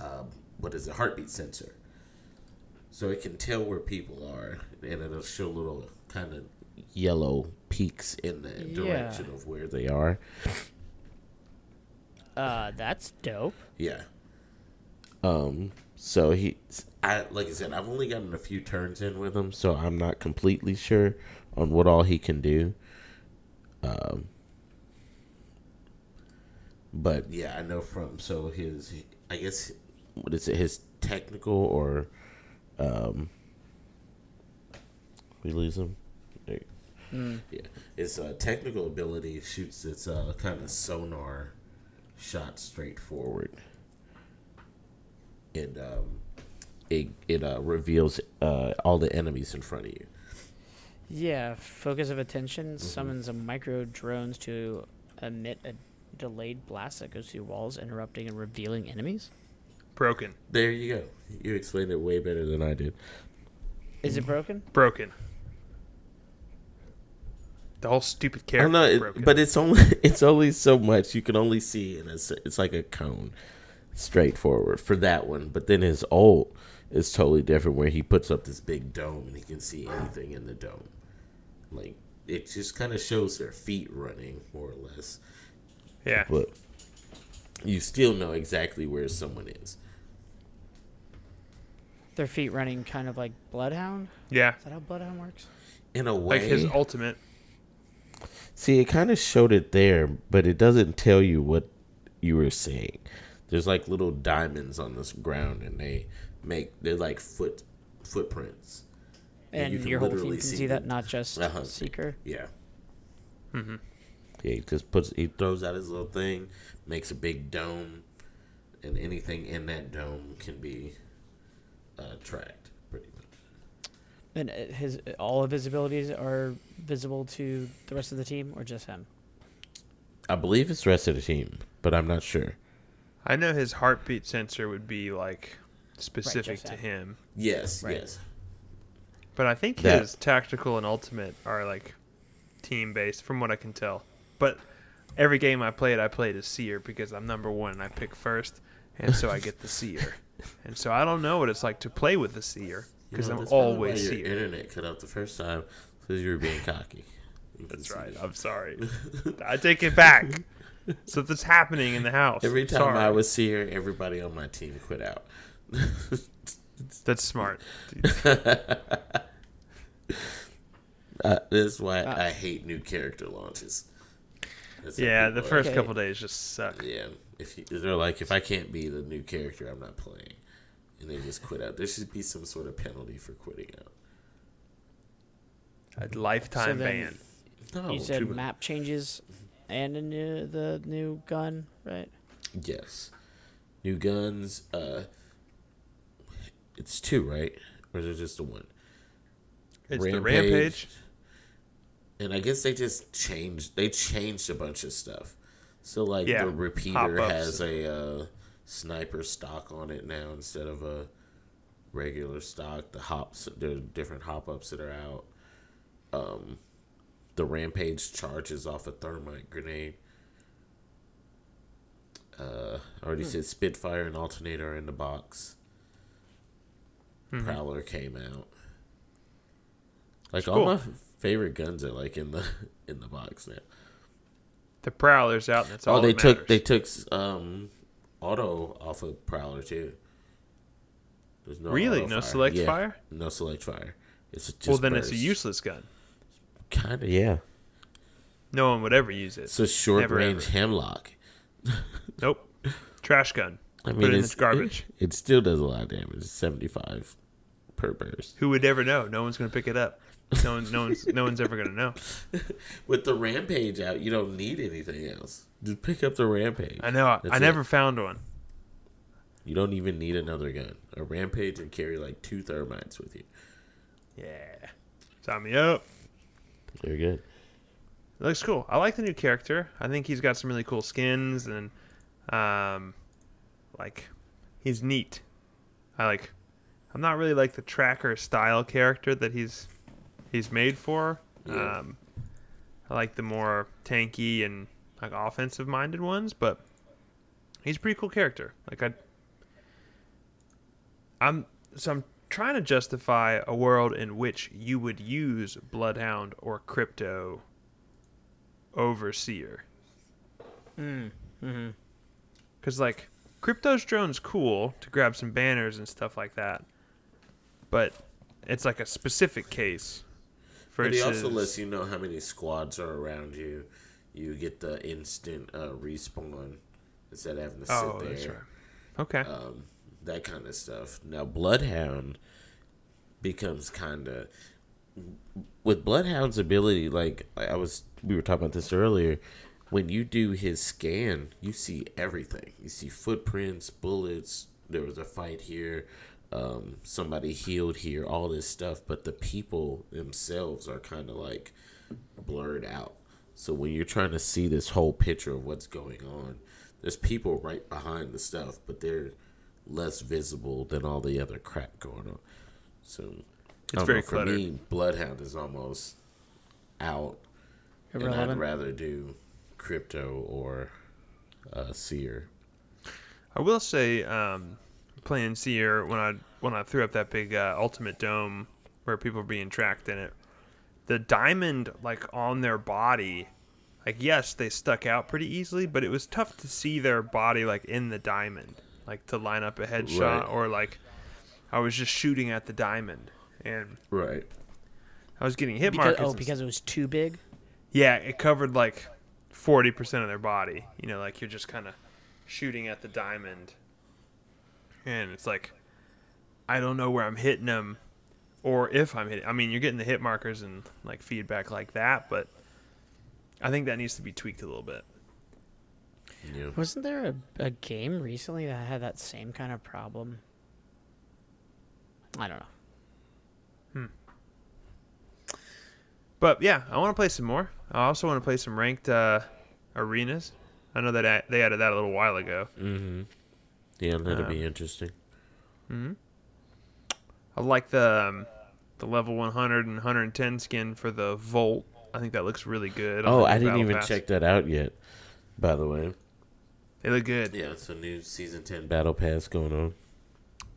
Speaker 3: um what is it? Heartbeat sensor, so it can tell where people are, and it'll show little kind of yellow peaks in the
Speaker 2: Yeah.
Speaker 3: direction of where they are.
Speaker 2: Uh, that's dope.
Speaker 3: Yeah. Um. So he, I like I said, I've only gotten a few turns in with him, so I'm not completely sure on what all he can do. Um. But yeah, I know from so his, I guess, what is it? His technical or, um. We lose him. There you go. Yeah, his uh, technical ability shoots its uh, kind of sonar shot straight forward it um it it uh, reveals uh all the enemies in front of you.
Speaker 2: Yeah, focus of attention
Speaker 3: Mm-hmm.
Speaker 2: summons a micro drones to emit a delayed blast that goes through walls, interrupting and revealing enemies.
Speaker 1: Broken,
Speaker 3: There you go. You explained it way better than I did.
Speaker 2: Is
Speaker 3: Mm-hmm.
Speaker 2: it broken?
Speaker 1: broken. The whole stupid
Speaker 3: I
Speaker 1: character.
Speaker 3: don't know,
Speaker 1: is
Speaker 3: it-
Speaker 1: broken.
Speaker 3: but it's only it's only so much you can only see, and it's it's like a cone, straightforward for that one. But then his old is totally different, where he puts up this big dome and he can see anything in the dome. Like it just kind of shows their feet running more or less,
Speaker 1: yeah,
Speaker 3: but you still know exactly where someone is.
Speaker 2: Their feet running kind of like Bloodhound.
Speaker 1: yeah.
Speaker 2: Is that how Bloodhound works?
Speaker 3: In a way,
Speaker 1: Like his ultimate.
Speaker 3: See, it kind of showed it there, but it doesn't tell you what you were seeing. There's like little diamonds on this ground, and they make they're like foot footprints. Yeah,
Speaker 2: And
Speaker 3: you can
Speaker 2: your whole team
Speaker 3: literally
Speaker 2: can
Speaker 3: see
Speaker 2: see that,
Speaker 3: the-
Speaker 2: not just
Speaker 3: Uh-huh.
Speaker 2: Seeker.
Speaker 3: Yeah. Mm-hmm. Yeah, he just puts he throws out his little thing, makes a big dome, and anything in that dome can be uh, tracked pretty much.
Speaker 2: And uh, his all of his abilities are visible to the rest of the team, or just him.
Speaker 3: I believe it's the rest of the team, but I'm not sure.
Speaker 1: I know his heartbeat sensor would be like specific
Speaker 2: just
Speaker 1: to
Speaker 2: that.
Speaker 1: him,
Speaker 3: Yes,
Speaker 2: Right.
Speaker 3: yes.
Speaker 1: but I think
Speaker 3: That-
Speaker 1: his tactical and ultimate are like team based, from what I can tell. But every game I played, I played as seer because I'm number one and I pick first, and so I get the seer. And so I don't know what it's like to play with the seer
Speaker 3: You
Speaker 1: because
Speaker 3: know,
Speaker 1: I'm
Speaker 3: that's probably why
Speaker 1: always
Speaker 3: your
Speaker 1: seer.
Speaker 3: internet cut out the first time because you were being cocky. You can
Speaker 1: That's
Speaker 3: see
Speaker 1: right.
Speaker 3: that.
Speaker 1: I'm sorry. I take it back. Something's happening in the house.
Speaker 3: Every time
Speaker 1: Sorry.
Speaker 3: I would see her, everybody on my team quit out.
Speaker 1: That's smart.
Speaker 3: Uh, this is why I hate new character launches. That's how
Speaker 1: yeah,
Speaker 3: people
Speaker 1: the
Speaker 3: are.
Speaker 1: first
Speaker 2: Okay.
Speaker 1: couple days just suck.
Speaker 3: Yeah, if you, they're like, if I can't be the new character, I'm not playing, and they just quit out. There should be some sort of penalty for quitting out.
Speaker 1: A lifetime
Speaker 2: then-
Speaker 1: ban.
Speaker 3: No,
Speaker 2: you said
Speaker 3: too much-
Speaker 2: map changes,
Speaker 3: Mm-hmm.
Speaker 2: and a new, the new gun, right?
Speaker 3: Yes. New guns. Uh, it's two, right? Or is it just the one?
Speaker 1: It's the rampage.
Speaker 3: And I guess they just changed. They changed a bunch of stuff. So like
Speaker 1: Yeah,
Speaker 3: the repeater
Speaker 1: pop-ups.
Speaker 3: has a uh, sniper stock on it now instead of a regular stock. The hops, there's different hop ups that are out. Um, the rampage charges off a thermite grenade. Uh, I
Speaker 1: Hmm.
Speaker 3: already said Spitfire and Alternator are in the box.
Speaker 1: Hmm.
Speaker 3: Prowler came out. Like all
Speaker 1: cool.
Speaker 3: my favorite guns are like in the in the box now.
Speaker 1: The Prowler's out. And that's all.
Speaker 3: Oh, they
Speaker 1: that
Speaker 3: took
Speaker 1: matters.
Speaker 3: they took um, auto off of Prowler too. There's no
Speaker 1: Really?
Speaker 3: auto
Speaker 1: No select fire?
Speaker 3: No select fire. It's just
Speaker 1: well, then it's a
Speaker 3: burst.
Speaker 1: useless gun.
Speaker 3: Kinda, yeah.
Speaker 1: No one would ever use it.
Speaker 3: It's a short
Speaker 1: Never,
Speaker 3: range
Speaker 1: ever.
Speaker 3: hemlock.
Speaker 1: Nope. Trash gun.
Speaker 3: I mean,
Speaker 1: Put it in
Speaker 3: it's
Speaker 1: its garbage.
Speaker 3: It, still does a lot of damage. It's seventy five per burst.
Speaker 1: Who would ever know? No one's gonna pick it up. No one's no one's no one's ever gonna know.
Speaker 3: With the rampage out, you don't need anything else. Just pick up the rampage.
Speaker 1: I know. I,
Speaker 3: That's
Speaker 1: I
Speaker 3: it.
Speaker 1: never found one.
Speaker 3: You don't even need another gun. A rampage and carry like two thermites with you.
Speaker 1: Yeah. Sign me up.
Speaker 3: Very good.
Speaker 1: looks cool. I like the new character. I think he's got some really cool skins and um like he's neat. I like I'm not really like the tracker style character that he's he's made for.
Speaker 3: Yeah.
Speaker 1: Um I like the more tanky and like offensive minded ones, but he's a pretty cool character. Like I I'm so I'm trying to justify a world in which you would use Bloodhound or Crypto overseer. Because like Crypto's drone's cool to grab some banners and stuff like that, but it's like a specific case.
Speaker 3: But
Speaker 1: Versus,
Speaker 3: he also lets you know how many squads are around you. You get the instant uh, respawn instead of having to sit
Speaker 1: oh,
Speaker 3: there.
Speaker 1: that's right. Okay,
Speaker 3: um, that kind of stuff. Now, Bloodhound becomes kind of with Bloodhound's ability. Like I I was, we were talking about this earlier. When you do his scan, you see everything. You see footprints, bullets. There was a fight here. Um, somebody healed here. All this stuff, but the people themselves are kind of like blurred out. So when you're trying to see this whole picture of what's going on, there's people right behind the stuff, but they're less visible than all the other crap going on. So I don't
Speaker 1: very
Speaker 3: know, for me, Bloodhound is almost out, and I'd
Speaker 2: Irrelevant.
Speaker 3: rather do crypto or uh, seer.
Speaker 1: I will say um, playing Seer when I when I threw up that big uh, Ultimate Dome where people were being tracked in it, the diamond like on their body, like yes they stuck out pretty easily, but it was tough to see their body like in the diamond, like to line up a headshot
Speaker 3: Right.
Speaker 1: or like I was just shooting at the diamond and
Speaker 3: Right.
Speaker 1: I was getting hit
Speaker 2: Because,
Speaker 1: markers.
Speaker 2: oh,
Speaker 1: and
Speaker 2: because it was too big.
Speaker 1: yeah, it covered like forty percent of their body. You know, like you're just kind of shooting at the diamond, and it's like I don't know where I'm hitting them, or if I'm hitting. I mean, you're getting the hit markers and like feedback like that, but I think that needs to be tweaked a little bit.
Speaker 3: Yeah.
Speaker 2: Wasn't there a, a game recently that had that same kind of problem? I don't know.
Speaker 1: But yeah, I want to play some more. I also want to play some ranked uh, arenas. I know that a- they added that a little while ago.
Speaker 3: Mm-hmm. Yeah, that'll
Speaker 1: Um,
Speaker 3: be interesting.
Speaker 1: I like the um, the level 100 and 110 skin for the Volt. I think that looks really good. on
Speaker 3: Oh,
Speaker 1: the
Speaker 3: I didn't
Speaker 1: Battle
Speaker 3: even
Speaker 1: Pass.
Speaker 3: check that out yet. By the way,
Speaker 1: They look good.
Speaker 3: yeah, it's a new season ten battle pass going on.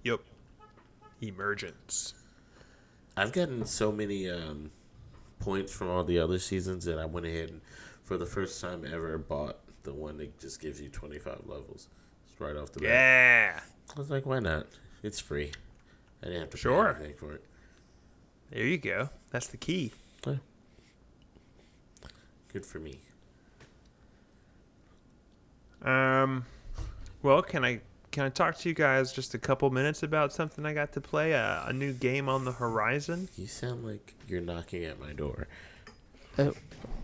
Speaker 1: Yep. Emergence.
Speaker 3: I've gotten so many um, points from all the other seasons that I went ahead and, for the first time ever, bought the one that just gives you 25 levels. It's right off the bat.
Speaker 1: Yeah.
Speaker 3: I was like, why not? It's free. I didn't have to
Speaker 1: Sure.
Speaker 3: pay anything for it.
Speaker 1: There you go. That's the key.
Speaker 3: Yeah. Good for me.
Speaker 1: Um, well, can I can I talk to you guys just a couple minutes about something I got to play? Uh, a new game on the horizon.
Speaker 3: You sound like you're knocking at my door.
Speaker 2: Uh,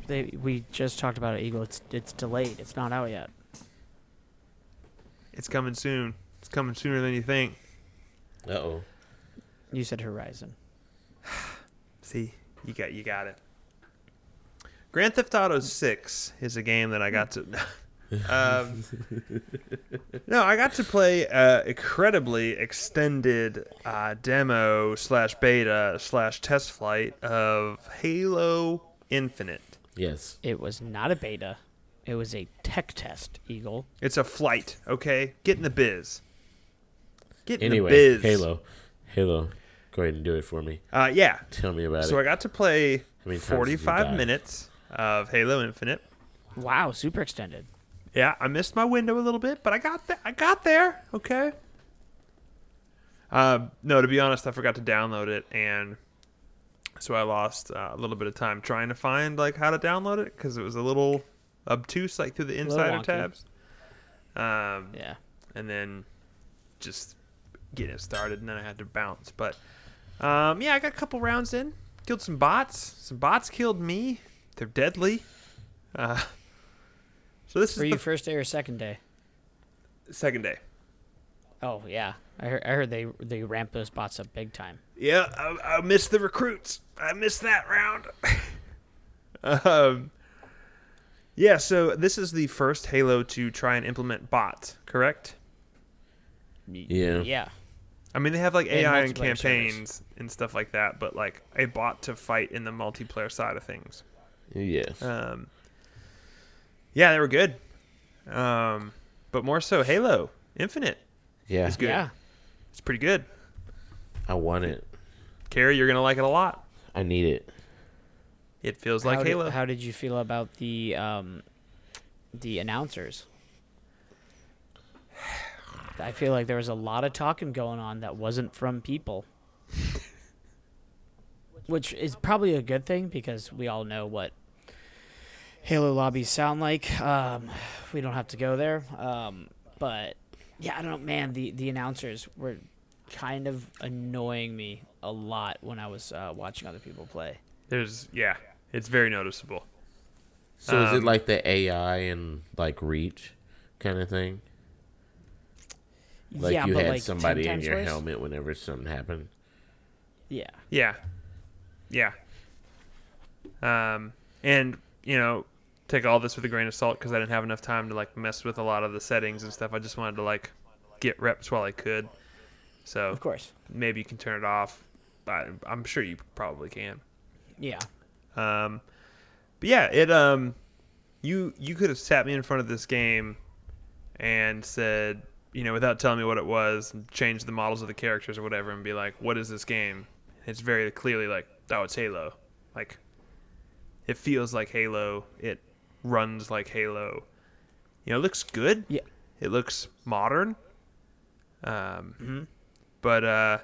Speaker 2: they, we just talked about it, Eagle. It's it's delayed. It's not out yet.
Speaker 1: It's coming soon. It's coming sooner than you think.
Speaker 3: Uh oh.
Speaker 2: You said Horizon.
Speaker 1: See, you got you got it. Grand Theft Auto Six is a game that I got to. Um, no, I got to play uh, incredibly extended uh, demo slash beta slash test flight of Halo Infinite.
Speaker 3: Yes.
Speaker 2: It was not a beta. It was a tech test, Eagle.
Speaker 1: It's a flight, okay? Get in the biz. Get in the
Speaker 3: Anyway,
Speaker 1: biz.
Speaker 3: Halo, Halo, go ahead and do it for me.
Speaker 1: Uh, yeah.
Speaker 3: Tell me about
Speaker 1: So I
Speaker 3: it.
Speaker 1: got to play
Speaker 3: many times did you
Speaker 1: 45
Speaker 3: die?
Speaker 1: minutes of Halo Infinite.
Speaker 2: Wow, super extended.
Speaker 1: Yeah, I missed my window a little bit, but I got there. I got there. Okay. Uh, no, to be honest, I forgot to download it, and so I lost uh, a little bit of time trying to find like how to download it because it was a little obtuse, like through the
Speaker 2: little
Speaker 1: insider
Speaker 2: wonky.
Speaker 1: tabs. Um,
Speaker 2: Yeah.
Speaker 1: and then just getting it started, and then I had to bounce. But um, yeah, I got a couple rounds in, killed some bots. Some bots killed me. They're deadly. Uh, so this
Speaker 2: Were
Speaker 1: is
Speaker 2: you
Speaker 1: the
Speaker 2: first day or second day?
Speaker 1: second day.
Speaker 2: Oh yeah, I heard, I heard they they ramped those bots up big time.
Speaker 1: Yeah, I, I missed the recruits. I missed that round. um, yeah, so this is the first Halo to try and implement bots, correct?
Speaker 3: Yeah.
Speaker 2: Yeah.
Speaker 1: I mean, they have like
Speaker 2: And
Speaker 1: AI and
Speaker 2: multiplayer
Speaker 1: campaigns and stuff like that, but like a bot to fight in the multiplayer side of things.
Speaker 3: Yes.
Speaker 1: Um, yeah, they were good. Um, but more so, Halo Infinite.
Speaker 3: yeah.
Speaker 1: it's good.
Speaker 2: Yeah.
Speaker 1: It's pretty good.
Speaker 3: I want it.
Speaker 1: Carrie, you're going to like it a lot.
Speaker 3: I need it.
Speaker 1: It feels like
Speaker 2: how
Speaker 1: Halo.
Speaker 2: Did, how did you feel about the um, the announcers? I feel like there was a lot of talking going on that wasn't from people, which is probably a good thing because we all know what Halo lobbies sound like. Um, we don't have to go there, um, but yeah, I don't know, man. The the announcers were kind of annoying me a lot when I was uh, watching other people play.
Speaker 1: There's, yeah, it's very noticeable.
Speaker 3: So is it
Speaker 1: Um,
Speaker 3: like the AI and like Reach kind of thing? Like you
Speaker 2: but
Speaker 3: had
Speaker 2: like 10
Speaker 3: somebody in
Speaker 2: times
Speaker 3: your
Speaker 2: worse?
Speaker 3: helmet whenever something happened.
Speaker 2: Yeah.
Speaker 1: Yeah. Yeah. Um, and, you know, take all this with a grain of salt because I didn't have enough time to, like, mess with a lot of the settings and stuff. I just wanted to, like, get reps while I could. So
Speaker 2: Of course.
Speaker 1: maybe you can turn it off. I, I'm sure you probably can.
Speaker 2: Yeah.
Speaker 1: Um, but yeah, it um, you you could have sat me in front of this game and said, you know, without telling me what it was, change the models of the characters or whatever, and be like, what is this game? It's very clearly like, oh, it's Halo. Like, it feels like Halo. It runs like Halo. You know, it looks good.
Speaker 2: Yeah.
Speaker 1: It looks modern. Um, but uh,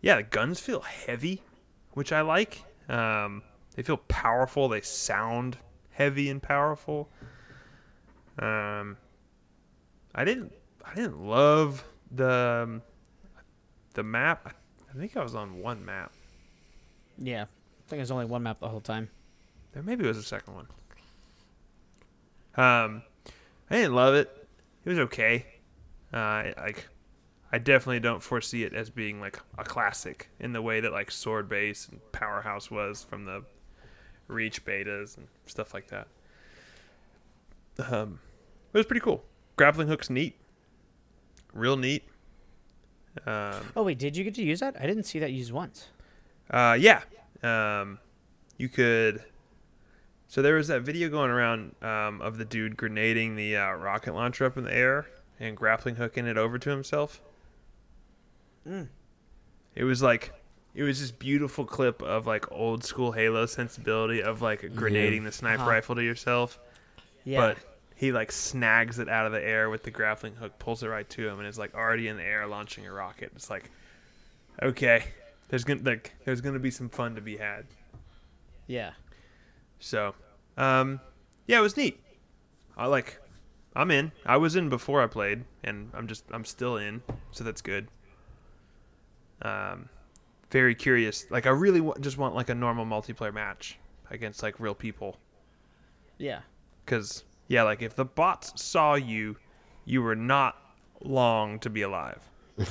Speaker 1: yeah, the guns feel heavy, which I like. Um, they feel powerful. They sound heavy and powerful. Um, I didn't, I didn't love the um, the map. I think I was on one map.
Speaker 2: Yeah. I think there's only one map the whole time.
Speaker 1: There maybe was a second one. Um, I didn't love it. It was okay. Uh, I- like, I definitely don't foresee it as being like a classic in the way that like Sword Base and Powerhouse was from the Reach betas and stuff like that. Um, it was pretty cool. Grappling hook's neat, real neat. Um,
Speaker 2: Oh wait, did you get to use that? I didn't see that used once.
Speaker 1: uh, yeah. Um, you could. So there was that video going around um, of the dude grenading the uh, rocket launcher up in the air and grappling hooking it over to himself. It was like, it was this beautiful clip of like old school Halo sensibility of like grenading the sniper
Speaker 2: Uh-huh.
Speaker 1: rifle to yourself,
Speaker 2: Yeah.
Speaker 1: but he like snags it out of the air with the grappling hook, pulls it right to him, and is like already in the air launching a rocket. It's like, okay, there's gonna like there's gonna be some fun to be had.
Speaker 2: yeah.
Speaker 1: So, um, yeah, it was neat. I like, I'm in. I was in before I played, and I'm just I'm still in, so that's good. Um, very curious. Like I really w- just want like a normal multiplayer match against like real people,
Speaker 2: Yeah.
Speaker 1: because yeah, like if the bots saw you, you were not long to be alive.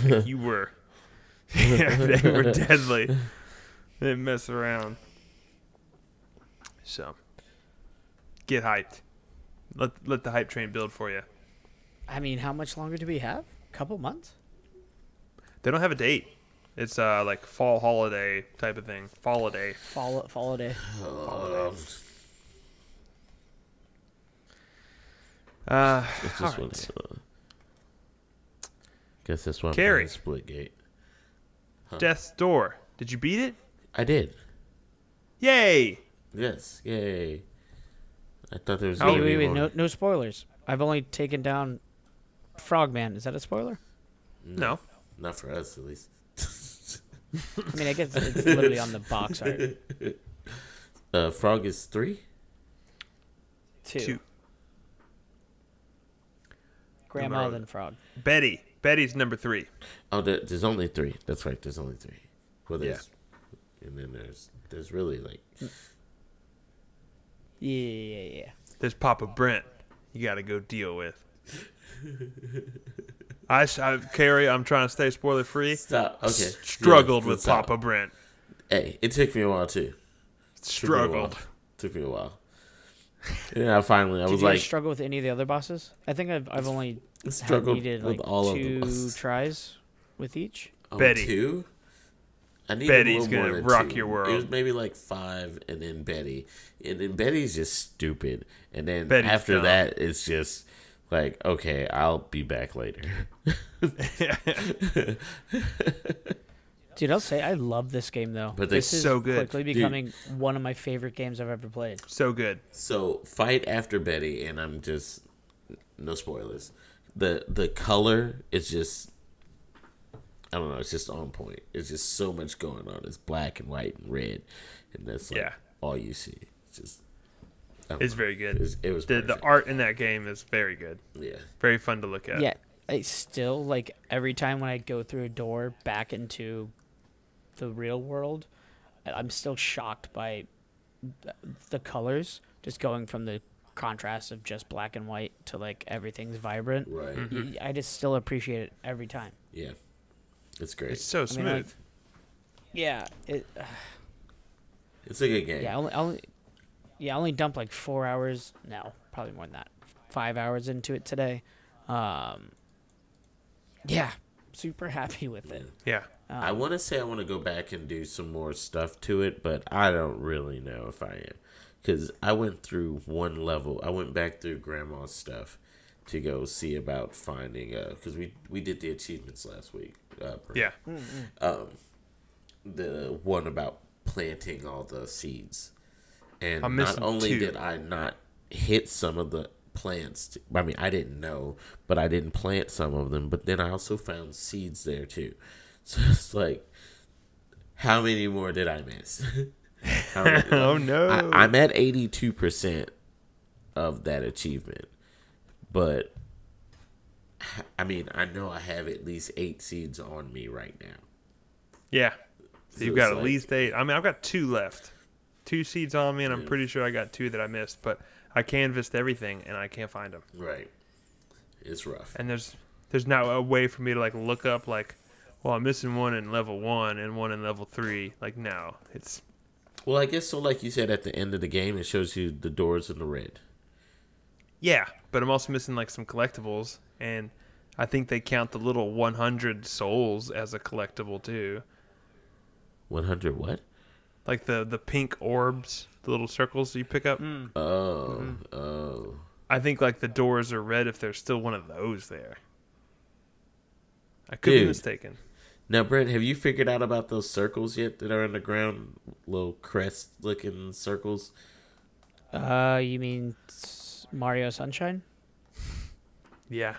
Speaker 1: Like, you were, yeah, they were deadly. They didn't mess around. So, get hyped. Let let the hype train build for you.
Speaker 2: I mean, how much longer do we have? couple months?
Speaker 1: They don't have a date. It's uh like fall holiday type of thing. Fall holiday.
Speaker 2: Fall fall day.
Speaker 1: Uh,
Speaker 3: It's
Speaker 1: all
Speaker 3: just one.
Speaker 1: right.
Speaker 3: uh, guess that's why I'm
Speaker 1: Carrie.
Speaker 3: playing Split Gate.
Speaker 1: Death's Door. Did you beat it?
Speaker 3: I did.
Speaker 1: Yay!
Speaker 3: Yes. Yay. I thought there was.
Speaker 1: Oh,
Speaker 2: Wait,
Speaker 3: gonna
Speaker 2: wait,
Speaker 3: be
Speaker 2: wait.
Speaker 3: more.
Speaker 2: No, no spoilers. I've only taken down Frogman. Is that a spoiler?
Speaker 1: No.
Speaker 3: Not for us, at least.
Speaker 2: I mean, I guess it's literally on the box art.
Speaker 3: Uh, Frog is three.
Speaker 2: Two.
Speaker 1: Two.
Speaker 2: Grandma,
Speaker 1: Numero-
Speaker 2: then Frog.
Speaker 1: Betty. Betty's number three.
Speaker 3: Oh, there, there's only three. That's right. There's only three. Well,
Speaker 1: Yeah.
Speaker 3: there's, and then there's there's really like
Speaker 2: Yeah, yeah, yeah, yeah.
Speaker 1: There's Papa Brent. You got to go deal with. I, s- I- Carrie, I'm trying to stay spoiler free.
Speaker 3: stop. Okay.
Speaker 1: Struggled
Speaker 3: Yeah,
Speaker 1: with
Speaker 3: stop.
Speaker 1: Papa Brent.
Speaker 3: Hey, it took me a while too. Took me a while.
Speaker 1: Struggled.
Speaker 3: Took me a while. Yeah, finally, I
Speaker 2: Did
Speaker 3: was
Speaker 2: you guys
Speaker 3: like
Speaker 2: struggle with any of the other bosses? I think I've, I've only had
Speaker 3: struggled
Speaker 2: needed
Speaker 3: with
Speaker 2: like
Speaker 3: all of
Speaker 2: two
Speaker 3: them.
Speaker 2: tries with each.
Speaker 3: Oh,
Speaker 1: Betty.
Speaker 3: Two? I need
Speaker 1: Betty's
Speaker 3: a little more
Speaker 1: gonna
Speaker 3: than
Speaker 1: rock
Speaker 3: two.
Speaker 1: your world.
Speaker 3: It was maybe like five, and then Betty, and then Betty's just stupid, and then
Speaker 1: Betty's
Speaker 3: after
Speaker 1: dumb.
Speaker 3: that, it's just like okay, I'll be back later.
Speaker 2: Dude, I'll say I love this game though.
Speaker 3: But they're
Speaker 2: this is
Speaker 1: so good.
Speaker 2: quickly becoming one of my favorite games I've ever played.
Speaker 1: so good.
Speaker 3: So fight after Betty, and I'm just no spoilers. The the color is just I don't know. It's just on point. It's just so much going on. It's black and white and red, and that's like
Speaker 1: Yeah.
Speaker 3: all you see. It's just I don't
Speaker 1: It's
Speaker 3: know.
Speaker 1: very good.
Speaker 3: It was, it was
Speaker 1: The, the
Speaker 3: perfect.
Speaker 1: art in that game is very good.
Speaker 3: Yeah,
Speaker 1: Very fun to look at.
Speaker 2: Yeah, I still like every time when I go through a door back into the real world, I- I'm still shocked by th- the colors. Just going from the contrast of just black and white to like everything's vibrant.
Speaker 3: right.
Speaker 1: Mm-hmm.
Speaker 2: Y- I just still appreciate it every time.
Speaker 3: Yeah, it's great.
Speaker 1: It's
Speaker 3: It's,
Speaker 1: so
Speaker 2: mean,
Speaker 1: smooth.
Speaker 2: I- Yeah, it,
Speaker 3: a good game.
Speaker 2: yeah, I only, I only, yeah, I only dumped like four hours. No, probably more than that. Five hours into it today. Um, yeah, super happy with it.
Speaker 1: yeah.
Speaker 2: uh,
Speaker 3: I want to say I want to go back and do some more stuff to it, but I don't really know if I am. Because I went through one level. I went back through grandma's stuff to go see about finding. Because we, we did the achievements last week. Uh,
Speaker 1: Yeah.
Speaker 2: mm.
Speaker 3: The one about planting all the seeds. And
Speaker 1: I'm
Speaker 3: not
Speaker 1: missing
Speaker 3: only
Speaker 1: two.
Speaker 3: did I not hit some of the plants, t- I mean, I didn't know, but I didn't plant some of them, but then I also found seeds there too. So it's like, how many more did I miss? How many-
Speaker 1: Oh, no.
Speaker 3: I, I'm at 82% of that achievement, but I mean, I know I have at least eight seeds on me right now.
Speaker 1: yeah. So
Speaker 3: So
Speaker 1: you've got
Speaker 3: it's
Speaker 1: at
Speaker 3: like-
Speaker 1: least eight. I mean, I've got two left. Two seeds on me, and I'm pretty sure I got two that I missed, but I canvassed everything and I can't find them.
Speaker 3: Right. It's rough.
Speaker 1: and there's there's not a way for me to like look up like well i'm missing one in level one and one in level three like no it's
Speaker 3: Well, I guess so. Like you said, at the end of the game, it shows you the doors in the red.
Speaker 1: yeah but i'm also missing like some collectibles and i think they count the little 100 souls as a collectible too
Speaker 3: 100 what?
Speaker 1: like the the pink orbs the little circles you pick up
Speaker 2: Mm-hmm.
Speaker 3: Oh, oh.
Speaker 1: i think like the doors are red if there's still one of those there i could be
Speaker 3: Dude.
Speaker 1: mistaken
Speaker 3: Now, Brent, have you figured out about those circles yet that are in the ground? Little crest looking circles?
Speaker 2: Uh, you mean s- Mario Sunshine?
Speaker 1: yeah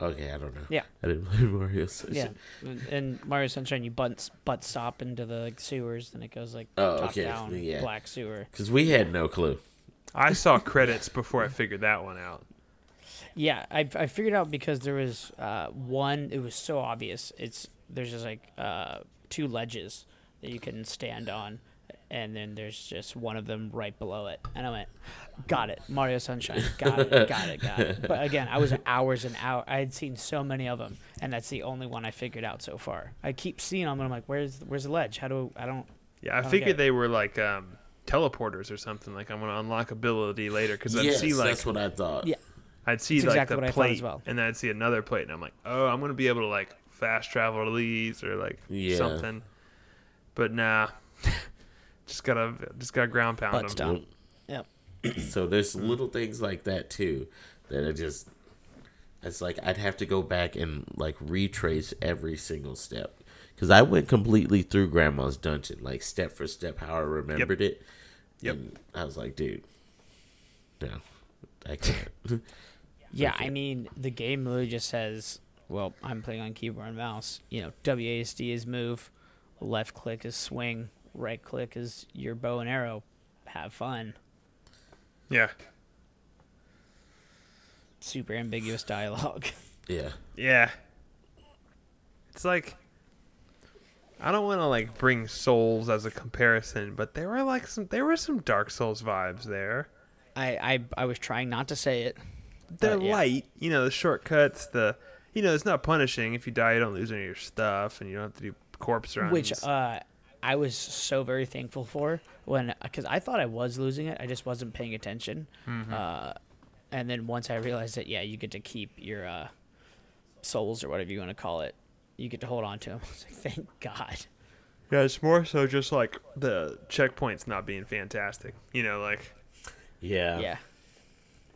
Speaker 3: Okay, I don't know.
Speaker 2: Yeah.
Speaker 3: I didn't play Mario Sunshine.
Speaker 2: Yeah. And- And Mario Sunshine, you butt butt stop into the like, sewers, and it goes like
Speaker 3: Oh,
Speaker 2: top
Speaker 3: okay,
Speaker 2: down
Speaker 3: yeah.
Speaker 2: black sewer.
Speaker 3: Because we had no clue.
Speaker 1: i saw credits before i figured that one out
Speaker 2: Yeah, I I figured out because there was uh one. It was so obvious. It's there's just like uh two ledges that you can stand on. And then there's just one of them right below it, and I went, "Got it, Mario Sunshine, got it, got it, got it." But again, I was hours and hours. I had seen so many of them, and that's the only one I figured out so far. I keep seeing them, and I'm like, "Where's, where's the ledge? How do I don't
Speaker 1: Yeah, I
Speaker 2: don't get
Speaker 1: figured
Speaker 2: it.
Speaker 1: they were like um, teleporters or something. Like I'm gonna unlock ability later because I'd
Speaker 3: yes,
Speaker 1: see like
Speaker 3: that's what I thought.
Speaker 2: Yeah.
Speaker 1: I'd see
Speaker 2: That's
Speaker 1: like
Speaker 2: exactly what I
Speaker 1: the
Speaker 2: thought as
Speaker 1: plate,
Speaker 2: well.
Speaker 1: and then I'd see another plate, and I'm like, oh, I'm gonna be able to like fast travel to these or like
Speaker 3: Yeah.
Speaker 1: something. But nah, just gotta just gotta ground pound
Speaker 2: Butt's
Speaker 1: them.
Speaker 2: done. Yep.
Speaker 3: So there's
Speaker 1: Mm.
Speaker 3: little things like that too that are just it's like I'd have to go back and like retrace every single step cuz I went completely through grandma's dungeon like step for step how I remembered it.
Speaker 1: Yep.
Speaker 3: And I was like, dude. No. I can't.
Speaker 2: Yeah,
Speaker 3: Okay.
Speaker 2: I mean, the game literally just says, well, I'm playing on keyboard and mouse. You know, WASD is move, left click is swing, right click is your bow and arrow. Have fun.
Speaker 1: Yeah,
Speaker 2: Super ambiguous dialogue.
Speaker 3: yeah.
Speaker 1: yeah. It's like I don't want to like bring Souls as a comparison, but there were like some there were some Dark Souls vibes there.
Speaker 2: I, I, I was trying not to say it.
Speaker 1: they're
Speaker 2: But, yeah.
Speaker 1: light. You know, the shortcuts, the you know, it's not punishing. If you die, you don't lose any of your stuff, and you don't have to do corpse runs.
Speaker 2: which uh, I was so very thankful for when because I thought I was losing it, I just wasn't paying attention. Uh, and then once I realized that, yeah, you get to keep your uh, souls or whatever you want to call it, you get to hold on to them. Thank God.
Speaker 1: yeah, it's more so just like the checkpoints not being fantastic. You know, like
Speaker 3: Yeah.
Speaker 2: yeah,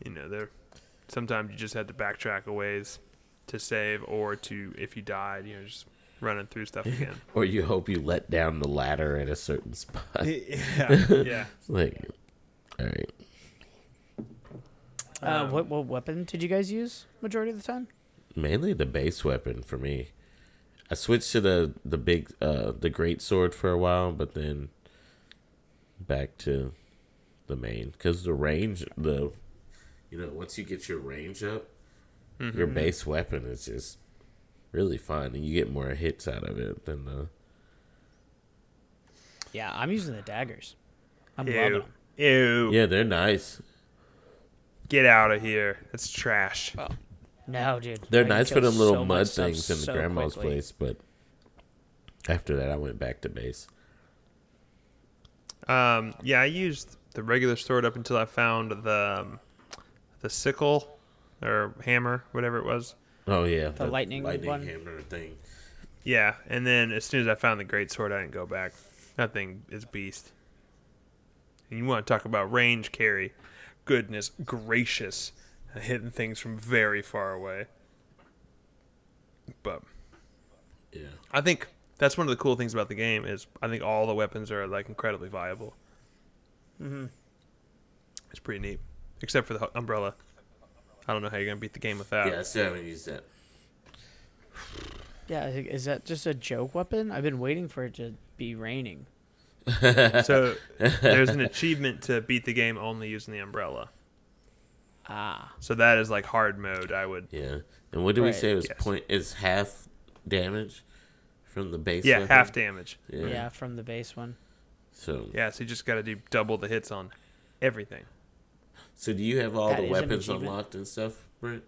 Speaker 1: you know, they're sometimes you just had to backtrack a ways to save, or to if you died, you know, just running through stuff again.
Speaker 3: Or you hope you let down the ladder at a certain spot.
Speaker 1: yeah, yeah.
Speaker 3: like all right.
Speaker 2: uh,
Speaker 3: Um,
Speaker 2: what what weapon did you guys use majority of the time?
Speaker 3: Mainly the base weapon for me. I switched to the the big uh the great sword for a while, but then back to the main because the range the you know once you get your range up,
Speaker 2: Mm-hmm.
Speaker 3: your base weapon is just really fun, and you get more hits out of it than the
Speaker 2: Yeah, I'm using the daggers. I'm loving
Speaker 1: Ew,
Speaker 2: 'em. Oh.
Speaker 1: ew.
Speaker 3: yeah they're nice.
Speaker 1: Get out of here. That's trash.
Speaker 2: No, dude,
Speaker 3: They're
Speaker 2: I can
Speaker 3: nice for
Speaker 2: kill
Speaker 3: them little
Speaker 2: so much
Speaker 3: mud
Speaker 2: stuff
Speaker 3: things in the
Speaker 2: so
Speaker 3: grandma's
Speaker 2: quickly.
Speaker 3: place, but after that I went back to base.
Speaker 1: Um, yeah, I used the regular sword up until I found the um, the sickle or hammer, whatever it was.
Speaker 3: Oh yeah,
Speaker 2: The lightning one?
Speaker 3: hammer thing.
Speaker 1: Yeah, and then as soon as I found the great sword, I didn't go back. That thing is beast. And you want to talk about range carry? Goodness gracious, hitting things from very far away. But
Speaker 3: Yeah.
Speaker 1: I think that's one of the cool things about the game is I think all the weapons are like incredibly viable. Mm-hmm. It's pretty neat, except for the hu- umbrella. I don't know how you're gonna beat the game with that.
Speaker 3: Yeah, I still haven't used that.
Speaker 2: Yeah, I think- is that just a joke weapon? I've been waiting for it to be raining.
Speaker 1: So there's an achievement to beat the game only using the umbrella.
Speaker 2: Ah,
Speaker 1: So that is like hard mode. I would.
Speaker 3: Yeah. And what did we
Speaker 2: Right,
Speaker 3: say was
Speaker 1: yes.
Speaker 3: point is half damage from the base?
Speaker 1: Yeah,
Speaker 3: weapon?
Speaker 1: half damage.
Speaker 3: Yeah.
Speaker 2: yeah, from the base one.
Speaker 3: So
Speaker 1: Yeah, so you just got to do double the hits on everything.
Speaker 3: so do you have all
Speaker 2: That
Speaker 3: the
Speaker 2: is an
Speaker 3: weapons
Speaker 2: achievement.
Speaker 3: unlocked and stuff, Brent?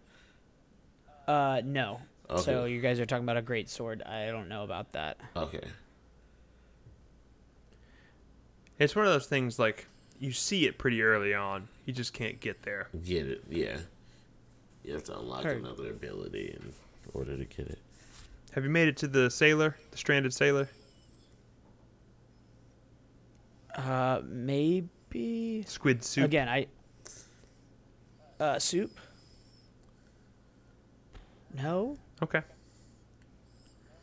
Speaker 2: Uh, no. So
Speaker 3: Okay.
Speaker 2: you guys are talking about a great sword. I don't know about that.
Speaker 3: Okay.
Speaker 1: It's one of those things like you see it pretty early on. You just can't get there.
Speaker 3: Get it. Yeah. You have to unlock
Speaker 2: Heard.
Speaker 3: another ability in order to get it.
Speaker 1: Have you made it to the sailor, the stranded sailor?
Speaker 2: Uh, maybe
Speaker 1: Squid soup.
Speaker 2: again. I. Uh, soup. No,
Speaker 1: Okay.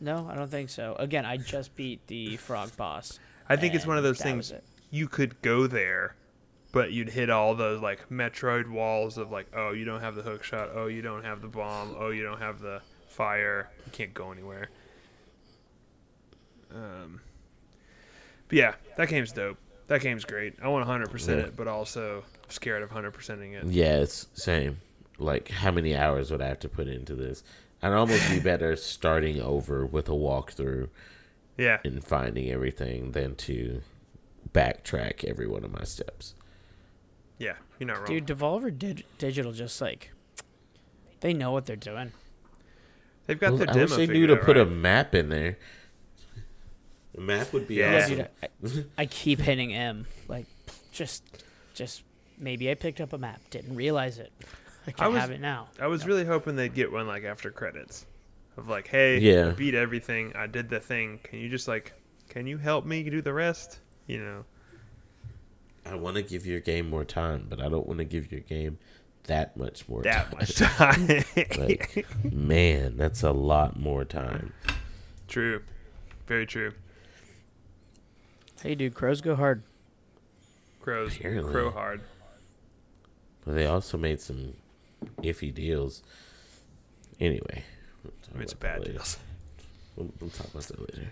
Speaker 2: no, I don't think so. Again, I just beat the frog boss.
Speaker 1: I think it's one of
Speaker 2: and
Speaker 1: those
Speaker 2: that was
Speaker 1: things
Speaker 2: it.
Speaker 1: you could go there, but you'd hit all those like Metroid walls of like, oh, you don't have the hook shot, oh, you don't have the bomb, oh, you don't have the fire, you can't go anywhere. Um, but yeah, that game's dope. That game's great. I want 100%
Speaker 3: Yeah.
Speaker 1: it, but also scared of 100%ing it.
Speaker 3: Yeah, it's same. Like how many hours would I have to put into this? I'd almost be better starting over with a walkthrough
Speaker 1: Yeah.
Speaker 3: and finding everything than to backtrack every one of my steps.
Speaker 1: Yeah. You're not wrong.
Speaker 2: Dude, Devolver Dig- Digital just like they know what they're doing.
Speaker 1: They've got
Speaker 3: Well,
Speaker 1: their
Speaker 3: I
Speaker 1: demo.
Speaker 3: wish they knew
Speaker 1: figured
Speaker 3: to
Speaker 1: out,
Speaker 3: put a
Speaker 1: right?
Speaker 3: map in there. The map would be
Speaker 1: Yeah.
Speaker 3: awesome.
Speaker 2: dude, I, I keep hitting M. Like, just, just maybe I picked up a map, didn't realize it. Like,
Speaker 1: I
Speaker 2: I,
Speaker 1: was-
Speaker 2: have it now.
Speaker 1: I was really hoping they'd get one like after credits, of like, hey,
Speaker 3: Yeah.
Speaker 1: I beat everything. I did the thing. Can you just like, can you help me do the rest? You know.
Speaker 3: I want to give your game more time, but I don't want to give your game that much more
Speaker 1: that
Speaker 3: time.
Speaker 1: much time.
Speaker 3: like, man, that's a lot more time.
Speaker 1: true, very true.
Speaker 2: Hey, dude, crows go hard.
Speaker 1: Crows,
Speaker 3: Apparently.
Speaker 1: crow hard.
Speaker 3: But they also made some iffy deals. Anyway, we'll talk
Speaker 1: I mean, it's
Speaker 3: about that
Speaker 1: bad
Speaker 3: later.
Speaker 1: deals.
Speaker 3: We'll, we'll talk about that later.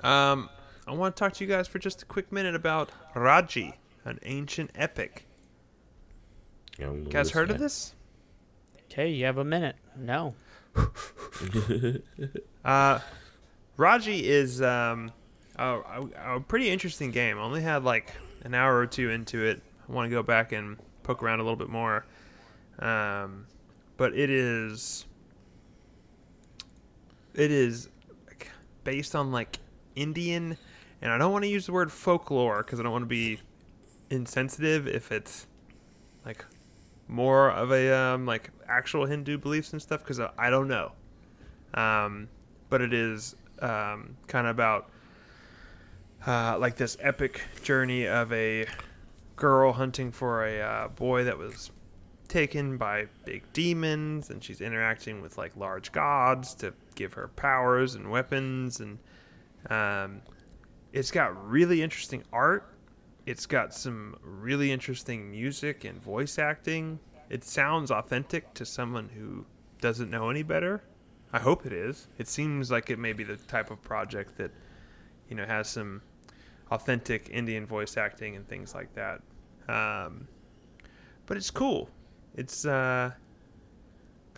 Speaker 1: Um, I want to talk to you guys for just a quick minute about Raji, an ancient epic.
Speaker 3: I don't
Speaker 1: You
Speaker 3: know
Speaker 1: guys
Speaker 3: what's
Speaker 1: heard of
Speaker 3: that.
Speaker 1: this?
Speaker 2: Hey, you have a minute. No.
Speaker 1: Uh, Raji is um, a, a, a pretty interesting game. I only had like an hour or two into it. I want to go back and poke around a little bit more. Um, but it is. It is like, based on like Indian, and I don't want to use the word folklore because I don't want to be insensitive if it's like more of a um, like actual Hindu beliefs and stuff because I, I don't know um, but it is um, kind of about uh, like this epic journey of a girl hunting for a uh, boy that was taken by big demons and she's interacting with like large gods to give her powers and weapons and um, it's got really interesting art it's got some really interesting music and voice acting it sounds authentic to someone who doesn't know any better I hope it is. It seems like it may be the type of project that, you know, has some authentic Indian voice acting and things like that. Um, but it's cool. It's uh,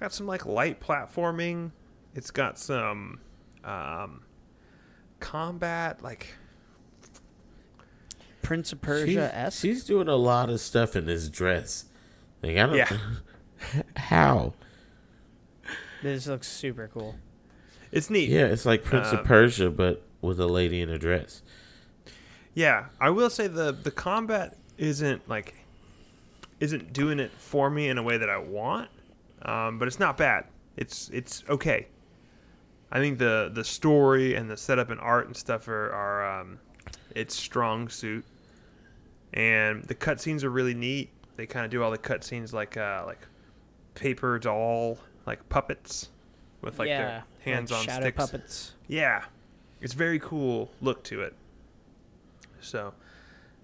Speaker 1: got some like light platforming. It's got some um, combat. Like
Speaker 2: Prince of
Speaker 3: She's-
Speaker 2: Persia esque.
Speaker 3: She's doing a lot of stuff in this dress. Like I don't.
Speaker 1: Yeah.
Speaker 3: How?
Speaker 2: This looks super cool.
Speaker 1: it's neat.
Speaker 3: Yeah, it's like Prince
Speaker 1: Um,
Speaker 3: of Persia, but with a lady in a dress.
Speaker 1: Yeah, I will say the the combat isn't like isn't doing it for me in a way that I want, um, but it's not bad. It's it's okay. I think the the story and the setup and art and stuff are, are um, its strong suit, and the cutscenes are really neat. They kind of do all the cutscenes like uh, like paper doll like puppets with like
Speaker 2: yeah.
Speaker 1: their hands
Speaker 2: like
Speaker 1: on
Speaker 2: shadow
Speaker 1: sticks.
Speaker 2: puppets.
Speaker 1: Yeah, it's very cool look to it. So,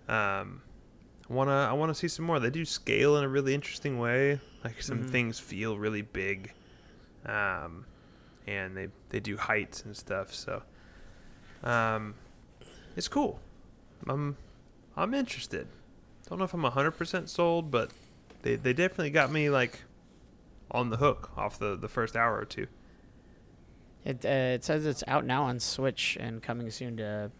Speaker 1: um, I wanna I wanna see some more. They do scale in a really interesting way. Like some things feel really big, um, and they they do heights and stuff. So, um, it's cool. I'm I'm interested. Don't know if I'm hundred percent sold, but they they definitely got me like on the hook off the the first hour or two.
Speaker 2: It, uh, it says it's out now on Switch and coming soon to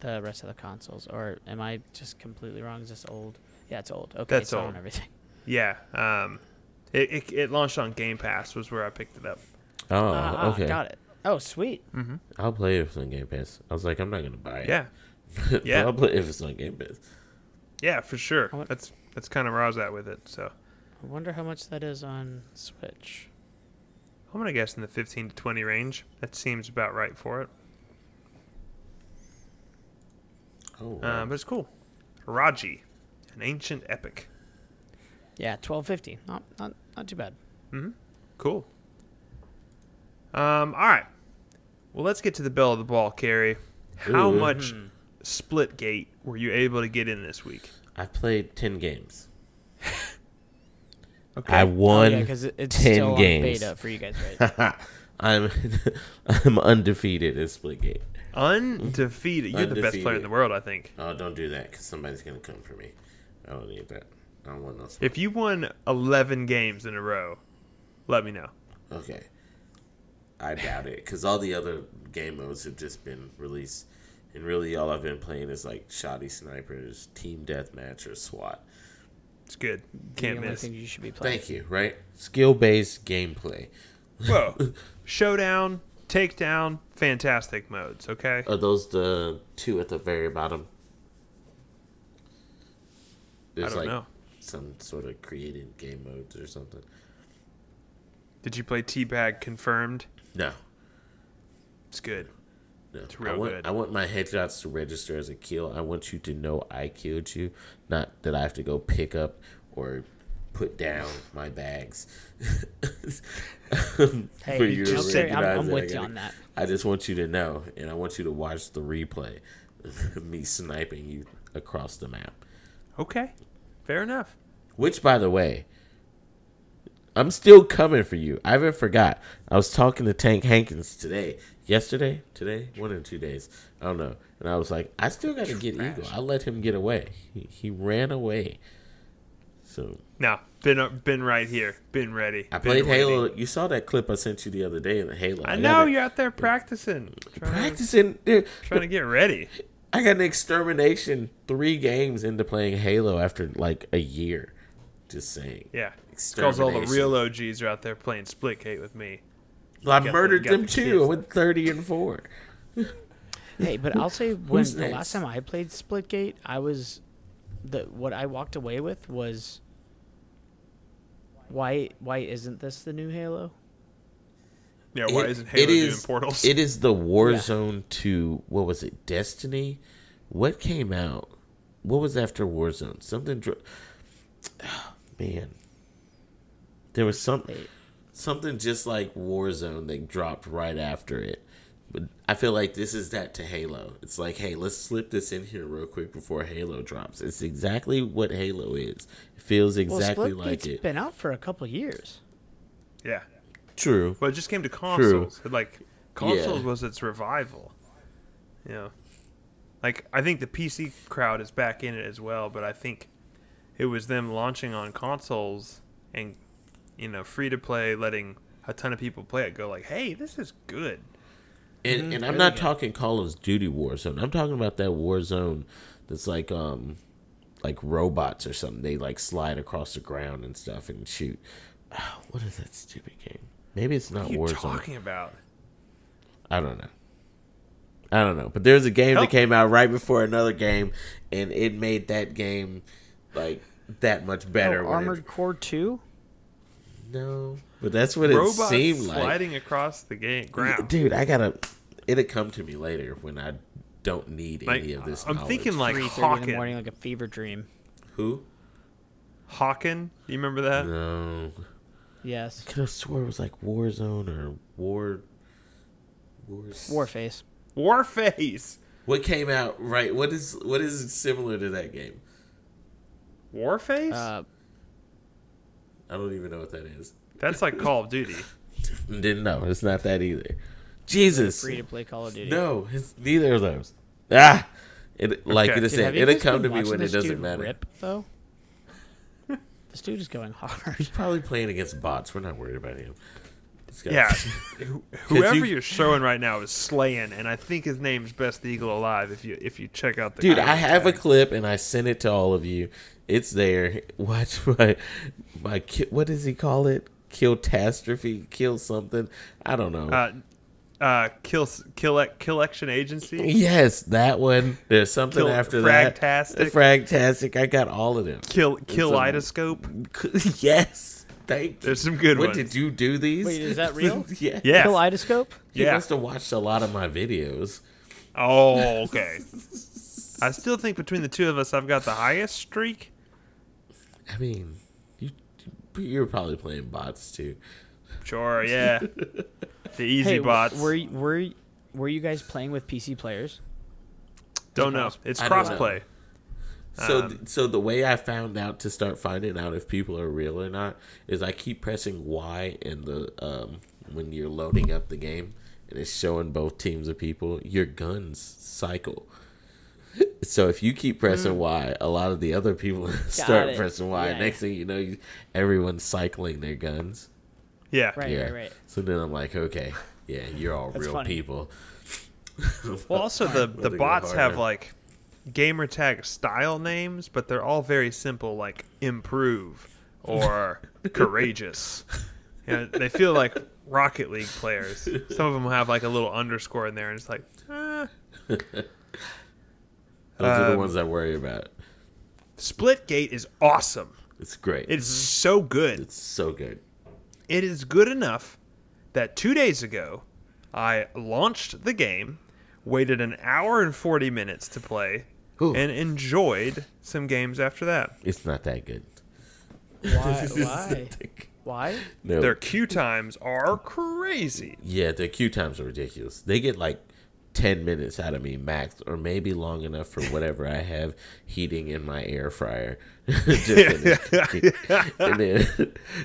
Speaker 2: the rest of the consoles. Or am I just completely wrong? Is this old? Yeah, it's old. Okay,
Speaker 1: That's
Speaker 2: it's out
Speaker 1: old.
Speaker 2: on everything.
Speaker 1: Yeah. Um, it, it, it launched on Game Pass was where I picked it up.
Speaker 3: Oh,
Speaker 2: Ah,
Speaker 3: okay.
Speaker 2: Got it. Oh, sweet.
Speaker 3: I'll play it if it's on Game Pass. I was like, I'm not gonna buy it.
Speaker 1: Yeah.
Speaker 3: But
Speaker 1: yeah.
Speaker 3: I'll play it if it's on Game Pass.
Speaker 1: Yeah, for sure.
Speaker 2: I want-
Speaker 1: That's that's kind of where I was at with it. So
Speaker 2: I wonder how much that is on Switch.
Speaker 1: I'm gonna guess in the 15 to 20 range. That seems about right for it.
Speaker 3: Oh, wow.
Speaker 1: Uh, but it's cool. Raji, an ancient epic.
Speaker 2: Yeah, twelve fifty. Not not not too bad.
Speaker 1: Cool. Um. All right. Well, let's get to the bell of the ball, Carrie. How
Speaker 3: Ooh.
Speaker 1: much Splitgate were you able to get in this week?
Speaker 3: I played ten games.
Speaker 1: Okay.
Speaker 3: I won.
Speaker 2: Oh, yeah, because it's
Speaker 3: 10
Speaker 2: still
Speaker 3: games.
Speaker 2: on beta for you guys, right?
Speaker 3: I'm I'm undefeated at Splitgate.
Speaker 1: Undefeated. You're the best player in
Speaker 3: Undefeated.
Speaker 1: the world, I think.
Speaker 3: Oh, don't do that because somebody's gonna come for me. I don't need that. I don't want no smoke.
Speaker 1: If you won 11 games in a row, let me know.
Speaker 3: Okay. I doubt it because all the other game modes have just been released, and really all I've been playing is like shoddy snipers, team deathmatch, or SWAT.
Speaker 1: It's good.
Speaker 2: the
Speaker 1: Can't
Speaker 2: only
Speaker 1: miss.
Speaker 2: thing you should be playing.
Speaker 3: Thank you. Right? Skill based gameplay.
Speaker 1: Whoa. Showdown, takedown, fantastic modes. Okay.
Speaker 3: Are those the two at the very bottom? There's
Speaker 1: I don't
Speaker 3: like
Speaker 1: know.
Speaker 3: some sort of created game modes or something.
Speaker 1: Did you play Teabag Confirmed?
Speaker 3: No,
Speaker 1: It's good.
Speaker 3: no.
Speaker 1: real
Speaker 3: I want
Speaker 1: good.
Speaker 3: I want my headshots to register as a kill. I want you to know I killed you, not that I have to go pick up or put down my bags.
Speaker 2: Hey,
Speaker 3: For you to
Speaker 2: just say- I'm, I'm
Speaker 3: recognize that I
Speaker 2: with you
Speaker 3: got
Speaker 2: on
Speaker 3: it.
Speaker 2: that.
Speaker 3: I just want you to know, and I want you to watch the replay of me sniping you across the map.
Speaker 1: Okay. Fair enough.
Speaker 3: Which, by the way, I'm still coming for you. I haven't forgot. I was talking to Tank Hankins today, yesterday, today, one or two days. I don't know. And I was like, I still got to get Eagle. I let him get away. He, he ran away. So
Speaker 1: No, been up, been right here, been ready.
Speaker 3: I
Speaker 1: been
Speaker 3: played Halo.
Speaker 1: waiting.
Speaker 3: You saw that clip I sent you the other day in Halo.
Speaker 1: I
Speaker 3: got
Speaker 1: know
Speaker 3: it.
Speaker 1: you're out there practicing, trying,
Speaker 3: practicing. Dude,
Speaker 1: trying to get ready.
Speaker 3: I got an extermination three games into playing Halo after like a year. Just saying.
Speaker 1: Yeah, because all the
Speaker 3: Extermination.
Speaker 1: real OGs are out there playing Splitgate with me.
Speaker 3: Well, I
Speaker 1: got the-
Speaker 3: murdered
Speaker 1: got
Speaker 3: them
Speaker 1: the
Speaker 3: too.
Speaker 1: kids.
Speaker 3: I went thirty and four.
Speaker 2: Hey, but I'll say when
Speaker 3: Who's
Speaker 2: the
Speaker 3: next?
Speaker 2: last time I played Splitgate, I was the what I walked away with was why why isn't this the new Halo?
Speaker 1: Yeah, why
Speaker 3: It-
Speaker 1: isn't Halo
Speaker 3: it
Speaker 1: doing
Speaker 3: is-
Speaker 1: portals?
Speaker 3: It is the Warzone two. What was it? Destiny. What came out? What was after Warzone? Something. Dro- man, there was some
Speaker 2: Wait.
Speaker 3: something just like Warzone that dropped right after it. But I feel like this is that to Halo. It's like, hey, let's slip this in here real quick before Halo drops. It's exactly what Halo is. It feels
Speaker 2: Well,
Speaker 3: exactly
Speaker 2: Splitgate's
Speaker 3: like it.
Speaker 2: been out for a couple years.
Speaker 1: yeah,
Speaker 3: True.
Speaker 1: well, it just came to consoles. Like consoles
Speaker 3: Yeah.
Speaker 1: was its revival. You know, like I think the PC crowd is back in it as well, but I think it was them launching on consoles and you know free to play, letting a ton of people play it. Go like, hey, this is good.
Speaker 3: And, and I'm
Speaker 1: really
Speaker 3: not
Speaker 1: good.
Speaker 3: talking Call of Duty Warzone. I'm talking about that Warzone that's like um like robots or something. They like slide across the ground and stuff and shoot. Ah, What is that stupid game? Maybe it's not
Speaker 1: What are you
Speaker 3: Warzone.
Speaker 1: talking about?
Speaker 3: I don't know. I don't know. But there's a game
Speaker 1: Help.
Speaker 3: that came out right before another game, and it made that game like that much better.
Speaker 2: Oh,
Speaker 3: when it-
Speaker 2: Armored Core Two.
Speaker 3: no, but that's what it
Speaker 1: robots
Speaker 3: seemed like.
Speaker 1: sliding across the game ground.
Speaker 3: Dude, I gotta. It'll come to me later when I don't need
Speaker 1: Like,
Speaker 3: any of this.
Speaker 1: I'm
Speaker 3: knowledge.
Speaker 1: thinking like
Speaker 2: Three thirty in the
Speaker 1: Hawken.
Speaker 2: morning, like a fever dream.
Speaker 3: who?
Speaker 1: Hawken, do you remember that?
Speaker 3: No,
Speaker 2: Yes,
Speaker 3: could have swore it was like Warzone or War. Wars.
Speaker 2: Warface.
Speaker 1: Warface.
Speaker 3: What came out right? What is what is similar to that game?
Speaker 1: Warface?
Speaker 2: Uh,
Speaker 3: I don't even know what that is.
Speaker 1: That's like Call of Duty.
Speaker 3: Didn't know. It's not that either. Jesus.
Speaker 2: free to play Call of Duty.
Speaker 3: No, it's neither of those. Ah, it, like
Speaker 1: Okay.
Speaker 3: it is
Speaker 2: Dude, have
Speaker 3: said,
Speaker 2: you
Speaker 3: it'll
Speaker 2: guys
Speaker 3: come
Speaker 2: been
Speaker 3: to me
Speaker 2: watching
Speaker 3: when it
Speaker 2: this
Speaker 3: doesn't
Speaker 2: dude
Speaker 3: matter.
Speaker 2: Rip, though. this dude is going hard.
Speaker 3: He's probably playing against bots. We're not worried about him. This guy-
Speaker 1: Yeah. Who- Whoever
Speaker 3: you-
Speaker 1: you... are showing right now is slaying, and I think his name's Best Eagle Alive. If you if you check out the
Speaker 3: dude, I
Speaker 1: comments
Speaker 3: have a
Speaker 1: tag.
Speaker 3: clip and I sent it to all of you. It's there. Watch my my ki- what does he call it? Kill catastrophe, kill something. I don't know.
Speaker 1: uh, uh, kill kill collection agency.
Speaker 3: yes, that one. There's something
Speaker 1: Kill-
Speaker 3: after
Speaker 1: Fragtastic.
Speaker 3: that. Uh, Fragtastic. Fragtastic. I got all of them.
Speaker 1: Kill Kaleidoscope.
Speaker 3: yes. Thank you.
Speaker 1: There's some good
Speaker 3: what
Speaker 1: ones.
Speaker 3: did you do these?
Speaker 2: Wait, is that real?
Speaker 3: yeah.
Speaker 1: Yeah.
Speaker 2: Kaleidoscope.
Speaker 3: He
Speaker 1: Yeah.
Speaker 3: must have watched a lot of my videos.
Speaker 1: Oh, okay. I still think between the two of us, I've got the highest streak.
Speaker 3: I mean, you you were probably playing bots too.
Speaker 1: Sure, yeah. The easy
Speaker 2: Hey, w-
Speaker 1: bots.
Speaker 2: Were y- were y- were you guys playing with PC players?
Speaker 1: don't know. It's
Speaker 3: I don't know.
Speaker 1: crossplay.
Speaker 3: So
Speaker 2: Um,
Speaker 3: th- so the way I found out to start finding out if people are real or not is I keep pressing Y in the um when you're loading up the game and it's showing both teams of people your guns cycle. So if you keep pressing Y, a lot of the other people start
Speaker 2: Mm. it.
Speaker 3: pressing Y.
Speaker 2: Yeah.
Speaker 3: Next thing you know, you, everyone's cycling their guns.
Speaker 1: Yeah.
Speaker 2: Right,
Speaker 3: yeah.
Speaker 2: right, right.
Speaker 3: So then I'm like, okay, yeah, you're all real
Speaker 2: funny.
Speaker 3: people.
Speaker 1: Well, also the the
Speaker 3: they go
Speaker 1: bots have
Speaker 3: harder.
Speaker 1: like gamer tag style names, but they're all very simple, like improve or courageous. Yeah, they feel like Rocket League players. Some of them have like a little underscore in there, and it's like, eh.
Speaker 3: Those are
Speaker 1: Um,
Speaker 3: the ones I worry about.
Speaker 1: Splitgate is awesome.
Speaker 3: It's great.
Speaker 1: It's so good.
Speaker 3: it's so good.
Speaker 1: It is good enough that two days ago, I launched the game, waited an hour and 40 minutes to play,
Speaker 3: Ooh.
Speaker 1: and enjoyed some games after that.
Speaker 3: It's not that good.
Speaker 2: Why?
Speaker 3: It's not
Speaker 2: why?
Speaker 3: that good.
Speaker 2: Why?
Speaker 3: No.
Speaker 1: Their queue times are crazy.
Speaker 3: yeah, their queue times are ridiculous. They get like ten minutes out of me max, or maybe long enough for whatever I have heating in my air fryer. to finish. and then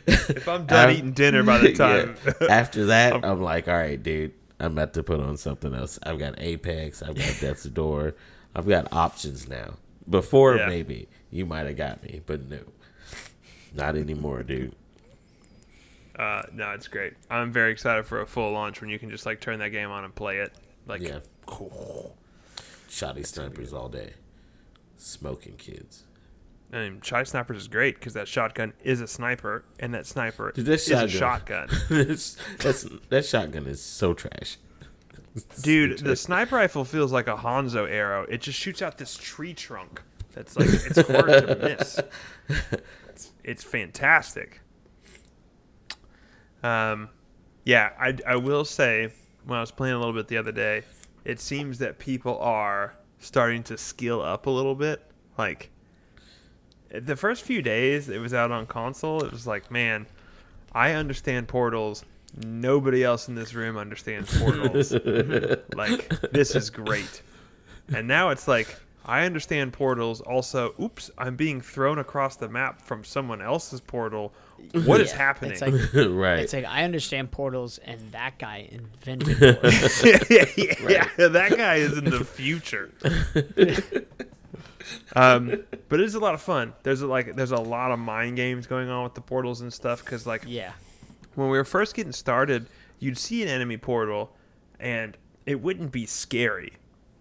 Speaker 1: If I'm done
Speaker 3: Af-
Speaker 1: eating dinner by the time.
Speaker 3: Yeah. After that, I'm, like, all right, dude, I'm about to put on something else. I've got Apex, I've got Death's Door, I've got options now. Before,
Speaker 1: Yeah.
Speaker 3: maybe you might have got me, but no, not anymore, dude.
Speaker 1: Uh, no, it's great. I'm very excited for a full launch when you can just like turn that game on and play it. Like,
Speaker 3: Yeah, shoddy snipers all day, smoking kids.
Speaker 1: I mean, Chai Snipers is great because that shotgun is a sniper, and that sniper
Speaker 3: Dude, this
Speaker 1: is a
Speaker 3: shotgun.
Speaker 1: shotgun.
Speaker 3: That's- that's- that shotgun is so trash.
Speaker 1: Dude, the sniper rifle feels like a Hanzo arrow. It just shoots out this tree trunk. That's like it's hard to miss. It's, it's fantastic. Um, yeah, I I will say when I was playing a little bit the other day, it seems that people are starting to skill up a little bit. Like the first few days it was out on console, it was like, man, I understand portals. Nobody else in this room understands portals like this is great and now it's like i understand portals also oops i'm being thrown across the map from someone else's portal What is
Speaker 2: Yeah,
Speaker 1: happening
Speaker 2: It's like,
Speaker 3: right?
Speaker 2: it's like I understand portals, and that guy invented portals.
Speaker 1: yeah, that guy is in the future um, but it is a lot of fun there's a, like there's a lot of mind games going on with the portals and stuff because like
Speaker 2: yeah,
Speaker 1: when we were first getting started, you'd see an enemy portal and it wouldn't be scary.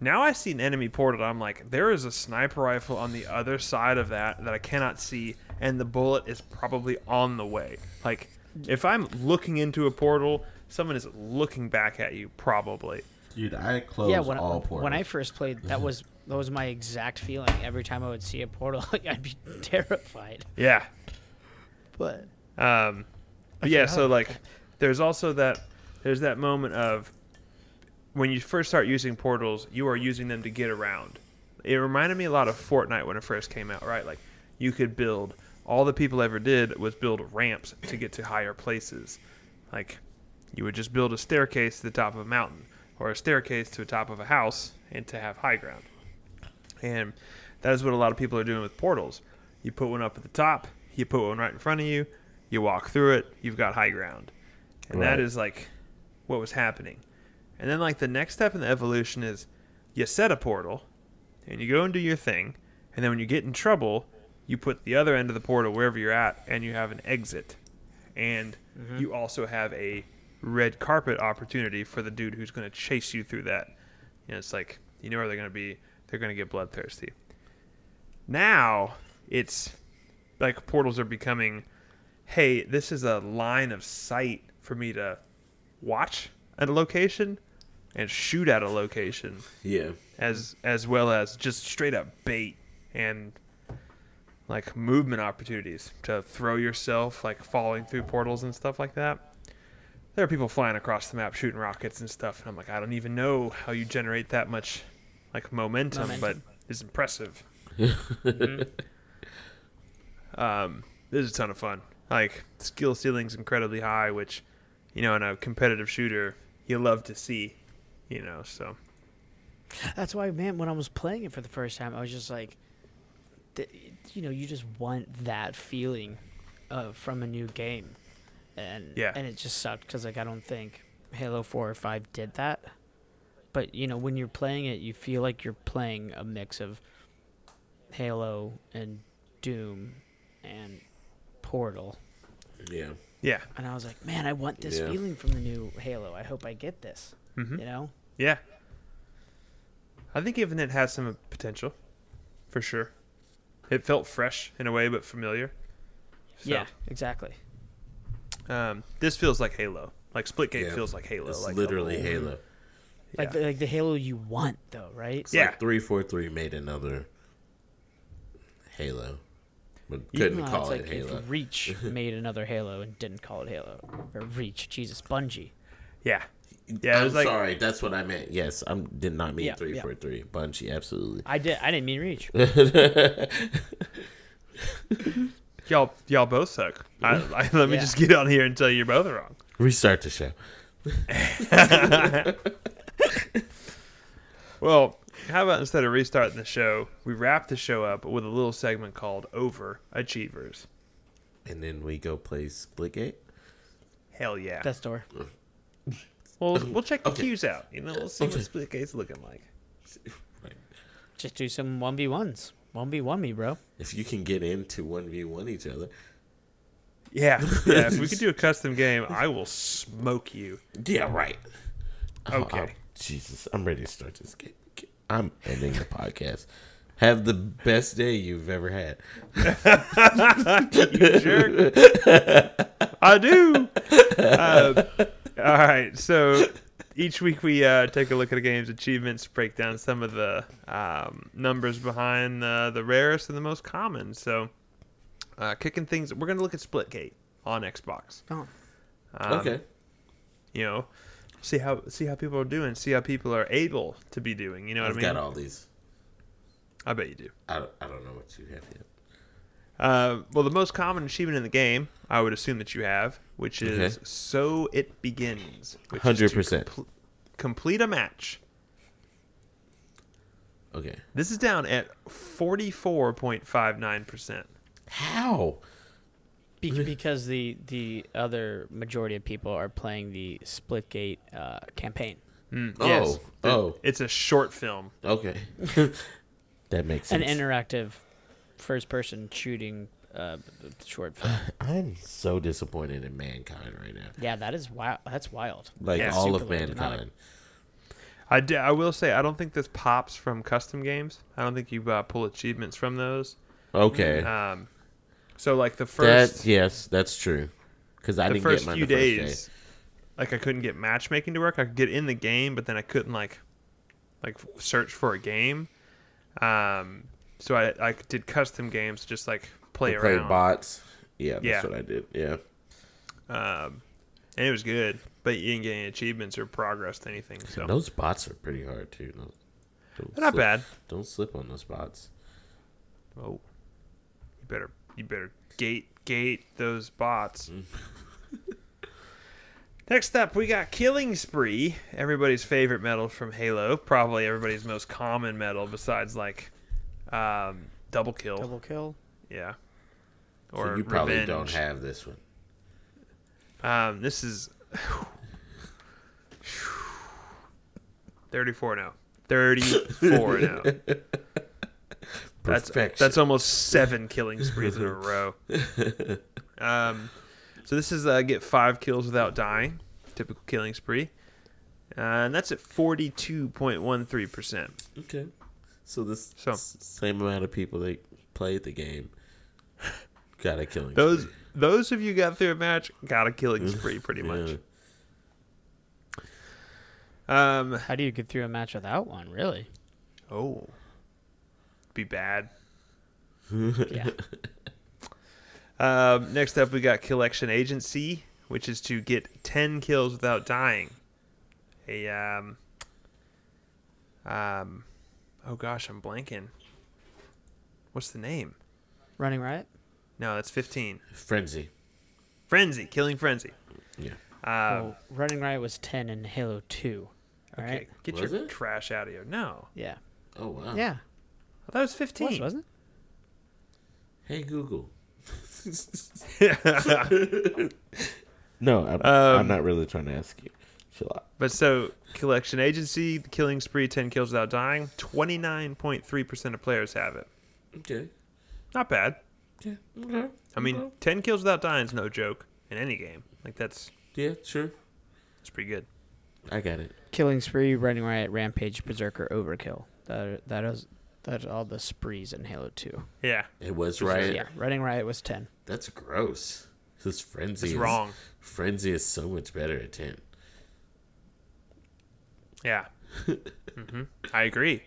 Speaker 1: Now I see an enemy portal, I'm like, there is a sniper rifle on the other side of that that I cannot see, and the bullet is probably on the way. Like, if I'm looking into a portal, someone is looking back at you, probably.
Speaker 3: Dude, I close
Speaker 2: yeah. When when I first played, that was that was my exact feeling. Every time I would see a portal, like, I'd be terrified.
Speaker 1: Yeah.
Speaker 2: But
Speaker 1: Um, but yeah, so
Speaker 2: forgot.
Speaker 1: like, there's also that there's that moment of when you first start using portals, you are using them to get around. It reminded me a lot of Fortnite when it first came out, right? Like, you could build all the people ever did was build ramps to get to higher places. Like, you would just build a staircase to the top of a mountain or a staircase to the top of a house and to have high ground. And that is what a lot of people are doing with portals. You put one up at the top, you put one right in front of you, you walk through it, you've got high ground. And
Speaker 3: Right.
Speaker 1: that is like what was happening. And then like the next step in the evolution is you set a portal and you go and do your thing, and then when you get in trouble, you put the other end of the portal wherever you're at and you have an exit. And you also have a red carpet opportunity for the dude who's going to chase you through that. You know, it's like you know where they're going to be. They're going to get bloodthirsty. Now it's like portals are becoming. Hey, this is a line of sight for me to watch at a location and shoot at a location
Speaker 3: yeah,
Speaker 1: as as well as just straight up bait and like movement opportunities to throw yourself like falling through portals and stuff like that. There are people flying across the map shooting rockets and stuff and I'm like I don't even know how you generate that much like momentum,
Speaker 2: Momentum.
Speaker 1: but it's impressive. um this is a ton of fun. Like skill ceiling's incredibly high which you know in a competitive shooter you love to see, you know, so
Speaker 2: That's why, man, when I was playing it for the first time, I was just like, th- you know, you just want that feeling uh, from a new game, and
Speaker 1: Yeah.
Speaker 2: and it just sucked because like I don't think Halo Four or Five did that, but you know when you're playing it, you feel like you're playing a mix of Halo and Doom and Portal,
Speaker 3: yeah.
Speaker 1: yeah.
Speaker 2: and I was like, man, I want this
Speaker 3: Yeah.
Speaker 2: feeling from the new Halo. I hope I get this,
Speaker 1: Mhm.
Speaker 2: you know.
Speaker 1: Yeah. I think even it has some potential, for sure. It felt fresh in a way, but familiar. So,
Speaker 2: Yeah, exactly.
Speaker 1: Um, this feels like Halo. Like Splitgate
Speaker 3: Yeah.
Speaker 1: feels like Halo.
Speaker 3: It's
Speaker 1: like
Speaker 3: literally Halo.
Speaker 2: Like, the, like the Halo you want, though, right?
Speaker 3: It's yeah.
Speaker 1: Yeah.
Speaker 3: like 343 made another Halo. But
Speaker 1: You-
Speaker 3: couldn't
Speaker 2: No,
Speaker 3: call
Speaker 2: it's
Speaker 3: it
Speaker 2: like
Speaker 3: Halo.
Speaker 2: if Reach made another Halo and didn't call it Halo. Or Reach, Jesus, Bungie.
Speaker 1: yeah, yeah. It
Speaker 3: I'm
Speaker 1: was like
Speaker 3: sorry, that's what I meant. Yes, I did not mean
Speaker 2: Yeah, yeah.
Speaker 3: 343. Bungie, absolutely.
Speaker 2: I did. I didn't mean Reach.
Speaker 1: y'all y'all both suck. I, I, let me
Speaker 2: Yeah.
Speaker 1: just get on here and tell you you're both wrong.
Speaker 3: Restart the show.
Speaker 1: Well, how about instead of restarting the show, we wrap the show up with a little segment called Overachievers.
Speaker 3: And then we go play Splitgate.
Speaker 1: Hell yeah.
Speaker 2: Death Door.
Speaker 1: well, we'll check the
Speaker 3: Okay.
Speaker 1: cues out. You know, we'll see what
Speaker 3: Okay.
Speaker 1: Splitgate's looking like.
Speaker 2: Just do some one v ones. One v one me, bro.
Speaker 3: If you can get into 1v1 each other.
Speaker 1: Yeah, yeah. If we could do a custom game, I will smoke you.
Speaker 3: Yeah, right. Oh,
Speaker 1: Okay.
Speaker 3: oh, Jesus, I'm ready to start this game. I'm ending the podcast. Have the best day you've ever had.
Speaker 1: jerk. I do. Uh, all right. So each week we uh, take a look at a game's achievements, break down some of the um, numbers behind uh, the rarest and the most common. So uh, kicking things, we're going to look at Splitgate on Xbox.
Speaker 2: Oh,
Speaker 1: Um,
Speaker 3: okay.
Speaker 1: You know, see how see how people are doing, see how people are able to be doing. You know what
Speaker 3: I've
Speaker 1: I mean?
Speaker 3: got all these.
Speaker 1: I bet you do.
Speaker 3: I don't, I don't know what you have yet.
Speaker 1: Uh, well, the most common achievement in the game, I would assume that you have, which is
Speaker 3: Okay.
Speaker 1: "So It Begins," which is to
Speaker 3: 100%.
Speaker 1: compl- complete a match.
Speaker 3: Okay.
Speaker 1: This is down at forty-four point five nine percent.
Speaker 3: How?
Speaker 2: Be- because the the other majority of people are playing the Splitgate uh, campaign,
Speaker 3: Oh, oh.
Speaker 1: it's a short film.
Speaker 3: Okay. that makes
Speaker 2: an
Speaker 3: sense.
Speaker 2: interactive first person shooting uh, short film.
Speaker 3: I'm so disappointed in mankind right now.
Speaker 2: yeah, that is wild. That's wild.
Speaker 3: Like
Speaker 1: Yeah,
Speaker 3: all
Speaker 2: super
Speaker 3: of
Speaker 2: late. Not a-
Speaker 3: mankind.
Speaker 1: I, d- I will say I don't think this pops from custom games. I don't think you uh, pull achievements from those.
Speaker 3: Okay.
Speaker 1: Um, so like the first
Speaker 3: that yes, that's true. Because I
Speaker 1: the
Speaker 3: didn't
Speaker 1: first
Speaker 3: get mine
Speaker 1: few
Speaker 3: the first
Speaker 1: days, like I couldn't get matchmaking to work. I could get in the game, but then I couldn't like, like search for a game. Um, so I I did custom games, just like play
Speaker 3: day. I played
Speaker 1: around,
Speaker 3: bots. Yeah, that's
Speaker 1: Yeah.
Speaker 3: what I did. Yeah.
Speaker 1: um, and it was good. But you didn't get any achievements or progress to anything. So
Speaker 3: Those bots are pretty hard too. Don't, don't
Speaker 1: They're not
Speaker 3: slip-
Speaker 1: bad.
Speaker 3: Don't slip on those bots.
Speaker 1: oh, you better you better gate gate those bots. Next up, we got Killing Spree, everybody's favorite metal from Halo, probably everybody's most common metal besides like um, Double Kill,
Speaker 2: Double kill.
Speaker 1: yeah,
Speaker 3: So
Speaker 1: or
Speaker 3: you probably
Speaker 1: Revenge.
Speaker 3: don't have this one.
Speaker 1: Um, this is thirty-four now. Thirty-four oh. now. That's
Speaker 3: Perfection.
Speaker 1: that's almost seven killing sprees in a row. Um, so this is uh, get five kills without dying, typical killing spree, uh, and that's at forty-two point one three percent.
Speaker 3: okay. So this
Speaker 1: So-
Speaker 3: s- same amount of people that played the game got a killing.
Speaker 1: Those
Speaker 3: spree.
Speaker 1: those of you got through a match got a killing spree, pretty
Speaker 3: Yeah.
Speaker 1: much. Um,
Speaker 2: How do you get through a match without one? Really?
Speaker 1: oh, be bad.
Speaker 2: Yeah.
Speaker 1: Um, next up, we got Collection Agency, which is to get 10 kills without dying. A, um, um, oh gosh, I'm blanking. What's the name?
Speaker 2: Running riot.
Speaker 1: No, that's 15.
Speaker 3: Frenzy.
Speaker 1: Frenzy, Killing Frenzy.
Speaker 3: Yeah.
Speaker 1: Um,
Speaker 2: Well, Oh, running riot was ten in Halo Two. All right.
Speaker 1: okay, get
Speaker 3: Was
Speaker 1: your
Speaker 3: it?
Speaker 1: trash out of here. No,
Speaker 2: Yeah.
Speaker 3: Oh wow.
Speaker 2: Yeah.
Speaker 1: I thought it was
Speaker 2: It
Speaker 1: 15.
Speaker 2: was wasn't
Speaker 3: Hey Google.
Speaker 1: it?
Speaker 3: No, I'm,
Speaker 1: Um,
Speaker 3: I'm not really trying to ask you. Chill out.
Speaker 1: but so, Collection Agency, Killing Spree, 10 kills without dying. 29.3% of players have it.
Speaker 3: Okay.
Speaker 1: Not bad.
Speaker 3: Yeah. Okay.
Speaker 1: I mean,
Speaker 3: Okay.
Speaker 1: ten kills without dying is no joke in any game. Like that's
Speaker 3: Yeah. Sure.
Speaker 1: that's pretty good.
Speaker 3: I got it.
Speaker 2: it? Killing spree, running riot, rampage, berserker, overkill. That that is that's all the sprees in Halo Two.
Speaker 1: Yeah,
Speaker 3: It was right.
Speaker 2: Yeah. Running riot was ten.
Speaker 3: That's gross. This frenzy
Speaker 1: It's
Speaker 3: is
Speaker 1: wrong.
Speaker 3: Frenzy is so much better at ten.
Speaker 1: Yeah. hmm I agree.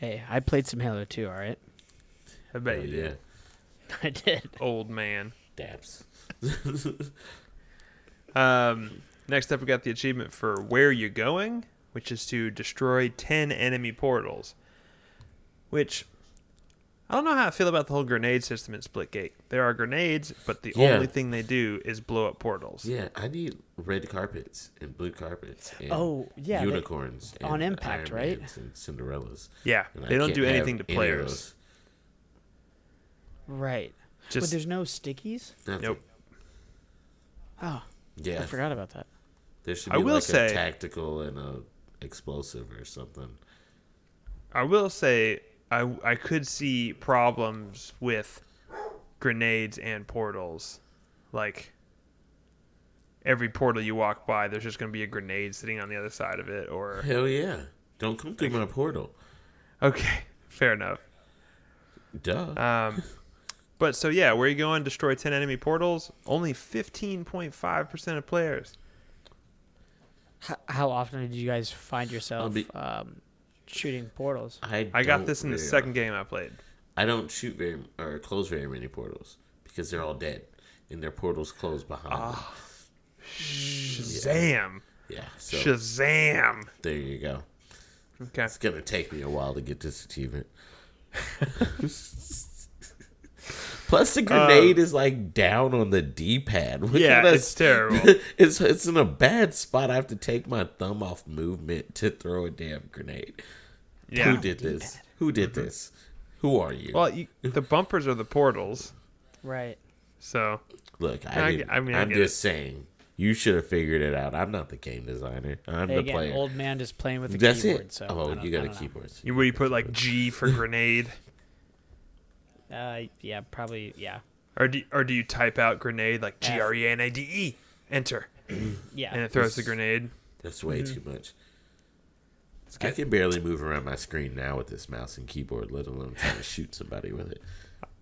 Speaker 2: Hey, I played some Halo 2, all right?
Speaker 1: I bet
Speaker 3: Oh,
Speaker 1: you
Speaker 3: yeah,
Speaker 1: did.
Speaker 2: I did.
Speaker 1: Old man.
Speaker 3: daps.
Speaker 1: Um, next up, we got the achievement for Where You Going, which is to destroy 10 enemy portals. Which, I don't know how I feel about the whole grenade system in Splitgate. There are grenades, but the
Speaker 3: Yeah.
Speaker 1: only thing they do is blow up portals.
Speaker 3: Yeah, I need red carpets and blue carpets. And
Speaker 2: Oh, yeah, they-
Speaker 3: unicorns
Speaker 2: on Impact, right?
Speaker 3: Mans and Cinderellas.
Speaker 1: Yeah,
Speaker 3: And I
Speaker 1: they don't
Speaker 3: can't
Speaker 1: do
Speaker 3: have
Speaker 1: anything to
Speaker 3: any of
Speaker 1: players.
Speaker 3: those.
Speaker 2: Right. but
Speaker 1: Just
Speaker 2: there's no stickies?
Speaker 3: Nothing.
Speaker 1: nope.
Speaker 2: Oh,
Speaker 3: Yeah,
Speaker 2: I forgot about that.
Speaker 3: there should
Speaker 1: I
Speaker 3: be
Speaker 1: will
Speaker 3: like
Speaker 1: say-
Speaker 3: a tactical and a explosive or something.
Speaker 1: I will say I I could see problems with grenades and portals. Like every portal you walk by, there's just going to be a grenade sitting on the other side of it. Or
Speaker 3: Hell yeah! Don't come through my portal.
Speaker 1: okay, fair enough.
Speaker 3: Duh.
Speaker 1: Um, but so yeah, where you going? Destroy ten enemy portals. Only fifteen point five percent of players.
Speaker 2: How, how often did you guys find yourself
Speaker 3: be-
Speaker 2: um, shooting portals?
Speaker 3: I,
Speaker 1: I got
Speaker 3: don't
Speaker 1: this in the
Speaker 3: very
Speaker 1: second game I played.
Speaker 3: I don't shoot very or close very many portals because they're all dead and their portals close behind. them.
Speaker 1: Ah, Shazam!
Speaker 3: Yeah, so
Speaker 1: Shazam!
Speaker 3: there you go.
Speaker 1: Okay.
Speaker 3: It's gonna take me a while to get this achievement. Plus, the grenade is like down on the D-pad. What
Speaker 1: Um, Yeah,
Speaker 3: kinda-
Speaker 1: it's terrible.
Speaker 3: it's it's in a bad spot. I have to take my thumb off movement to throw a damn grenade.
Speaker 1: Yeah.
Speaker 3: Who did this? Who did this? Who are you?
Speaker 1: Well, you, the bumpers are the portals.
Speaker 2: Right.
Speaker 1: So
Speaker 3: Look,
Speaker 1: I
Speaker 3: I,
Speaker 1: get-
Speaker 3: didn't,
Speaker 1: I
Speaker 3: I
Speaker 1: mean,
Speaker 3: mean,
Speaker 1: I
Speaker 3: I'm
Speaker 1: get
Speaker 3: just saying, you should have figured it out. I'm not the game designer. I'm
Speaker 2: Hey,
Speaker 3: the
Speaker 2: again,
Speaker 3: player.
Speaker 2: old man just playing with the
Speaker 3: That's
Speaker 2: keyboard.
Speaker 3: it.
Speaker 2: So I
Speaker 3: oh,
Speaker 2: don't-
Speaker 3: you
Speaker 2: I
Speaker 3: got a
Speaker 2: don't know.
Speaker 3: keyboard.
Speaker 1: You- Where you put like G for grenade,
Speaker 2: Uh, yeah, probably. Yeah,
Speaker 1: or do or do you type out grenade like
Speaker 2: F.
Speaker 1: G R E N A D E? Enter,
Speaker 2: yeah.
Speaker 1: and it throws the grenade.
Speaker 3: That's way
Speaker 2: Mm-hmm.
Speaker 3: too much. I
Speaker 1: good.
Speaker 3: can barely move around my screen now with this mouse and keyboard, let alone trying to shoot somebody with it.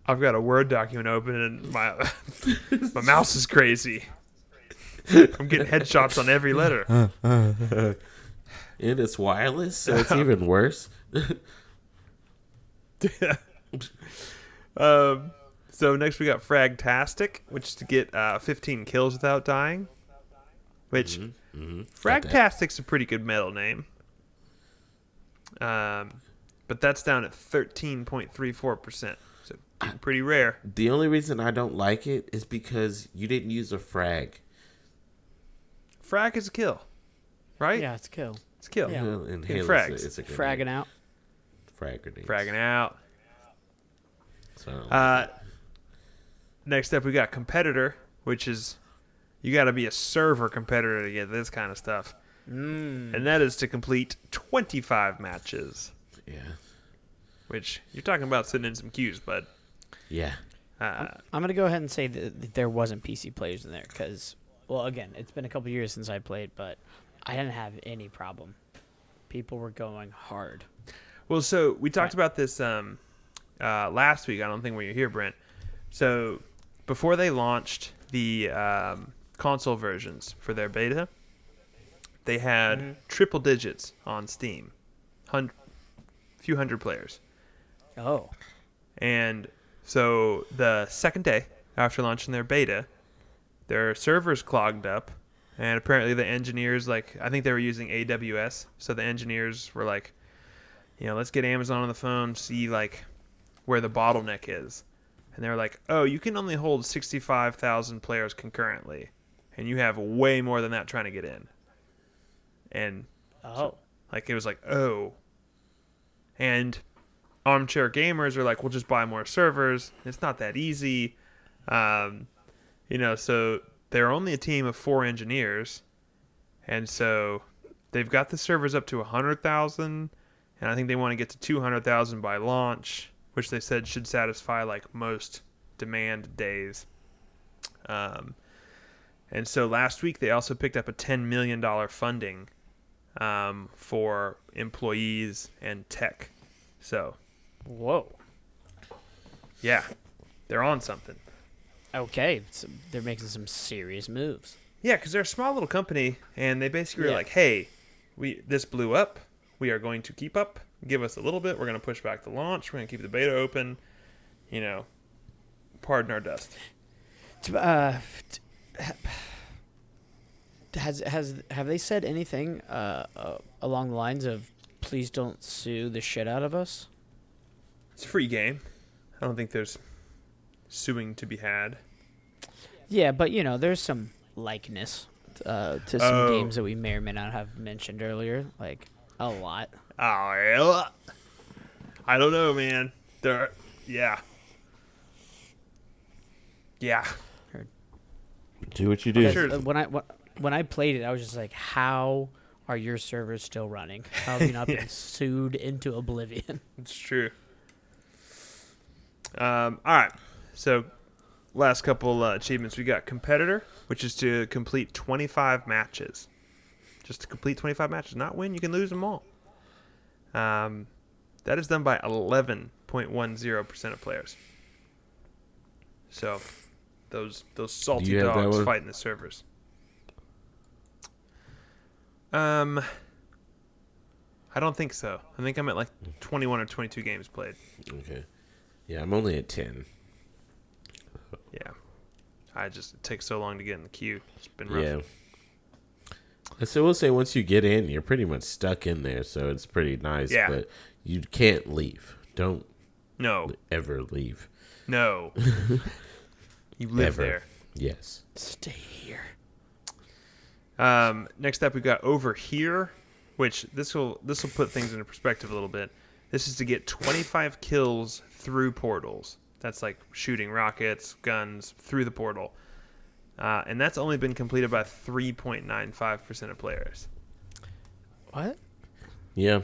Speaker 1: I've got a Word document open, and my my mouse is crazy. I'm getting headshots on every letter.
Speaker 3: And it's wireless, so it's even worse.
Speaker 1: Um, so next we got Fragtastic, which is to get uh, 15 kills without dying. Which
Speaker 3: Mm-hmm.
Speaker 1: Fragtastic's a pretty good metal name. Um, but that's down at 13.34 percent, so pretty rare.
Speaker 3: The only reason I don't like it is because you didn't use a frag.
Speaker 1: Frag is a kill, right?
Speaker 2: Yeah, it's cool.
Speaker 1: It's a kill.
Speaker 2: Yeah.
Speaker 3: Well, in Halo,
Speaker 1: frags.
Speaker 3: It's a, it's a
Speaker 2: Fragging
Speaker 3: grenade.
Speaker 2: out.
Speaker 3: Frag grenade.
Speaker 1: Fragging out.
Speaker 3: So,
Speaker 1: Uh, next up, we got competitor, which is you got to be a server competitor to get this kind of stuff,
Speaker 2: Mm.
Speaker 1: and that is to complete 25 matches.
Speaker 3: yeah.
Speaker 1: Which you're talking about sitting in some queues, but
Speaker 3: Yeah.
Speaker 1: uh,
Speaker 2: I'm gonna go ahead and say that that there wasn't PC players in there because, well, again, it's been a couple years since I played, but I didn't have any problem. People were going hard.
Speaker 1: Well, so we talked about this um, uh, last week. I don't think we were here, Brent. So before they launched the um, console versions for their beta, they had triple digits on Steam, hun- few hundred players,
Speaker 2: Oh,
Speaker 1: and so the second day after launching their beta, their servers clogged up, and apparently the engineers like I think they were using AWS, so the engineers were like you know, let's get Amazon on the phone, see like where the bottleneck is. And they were like, oh, you can only hold 65,000 players concurrently, and you have way more than that trying to get in. And
Speaker 2: oh,
Speaker 1: like it was like, oh. And armchair gamers are like, we'll just buy more servers. It's not that easy. Um, you know, so they're only a team of four engineers. And so they've got the servers up to 100,000. And I think they want to get to 200,000 by launch, which they said should satisfy like most demand days. Um, and so last week they also picked up a $10 million funding um, for employees and tech. So,
Speaker 2: whoa.
Speaker 1: yeah, they're on something.
Speaker 2: okay, so they're making some serious moves.
Speaker 1: Yeah, because they're a small little company, and they basically were
Speaker 2: Yeah.
Speaker 1: like, "Hey, we this blew up. We are going to keep up. Give us a little bit. We're going to push back the launch. We're going to keep the beta open. You know, pardon our dust."
Speaker 2: T- Uh, t- has has have they said anything uh, uh, along the lines of please don't sue the shit out of us?
Speaker 1: It's a free game. I don't think there's suing to be had.
Speaker 2: Yeah, but you know, there's some likeness uh, to some
Speaker 1: Oh.
Speaker 2: games that we may or may not have mentioned earlier, like a lot.
Speaker 1: Oh, yeah. I don't know, man. There, yeah, yeah.
Speaker 5: Do what you
Speaker 1: I'm
Speaker 5: do.
Speaker 1: sure-
Speaker 2: Uh, When I when, when I played it, I was just like, how are your servers still running? How have you not been sued into oblivion?
Speaker 1: It's true. Um, all right. So, last couple uh, achievements we got competitor, which is to complete 25 matches. Just to complete 25 matches, not win. You can lose them all. Um, that is done by 11.10% of players. So, those those salty
Speaker 3: You have that
Speaker 1: dogs
Speaker 3: one?
Speaker 1: fighting the servers. Um, I don't think so. I think I'm at like 21 or 22 games played.
Speaker 3: Okay. Yeah, I'm only at 10.
Speaker 1: Yeah. I just it takes so long to get in the queue. It's been rough.
Speaker 3: Yeah. I so will say once you get in, you're pretty much stuck in there, so it's pretty nice.
Speaker 1: Yeah.
Speaker 3: But you can't leave. Don't
Speaker 1: No,
Speaker 3: ever leave.
Speaker 1: no. you live
Speaker 3: Ever.
Speaker 1: there.
Speaker 3: Yes.
Speaker 2: Stay here.
Speaker 1: Um, next up, we've got over here, which this will this will put things into perspective a little bit. This is to get 25 kills through portals. That's like shooting rockets, guns through the portal, uh, and that's only been completed by 3.95 percent of players.
Speaker 2: What?
Speaker 3: Yeah.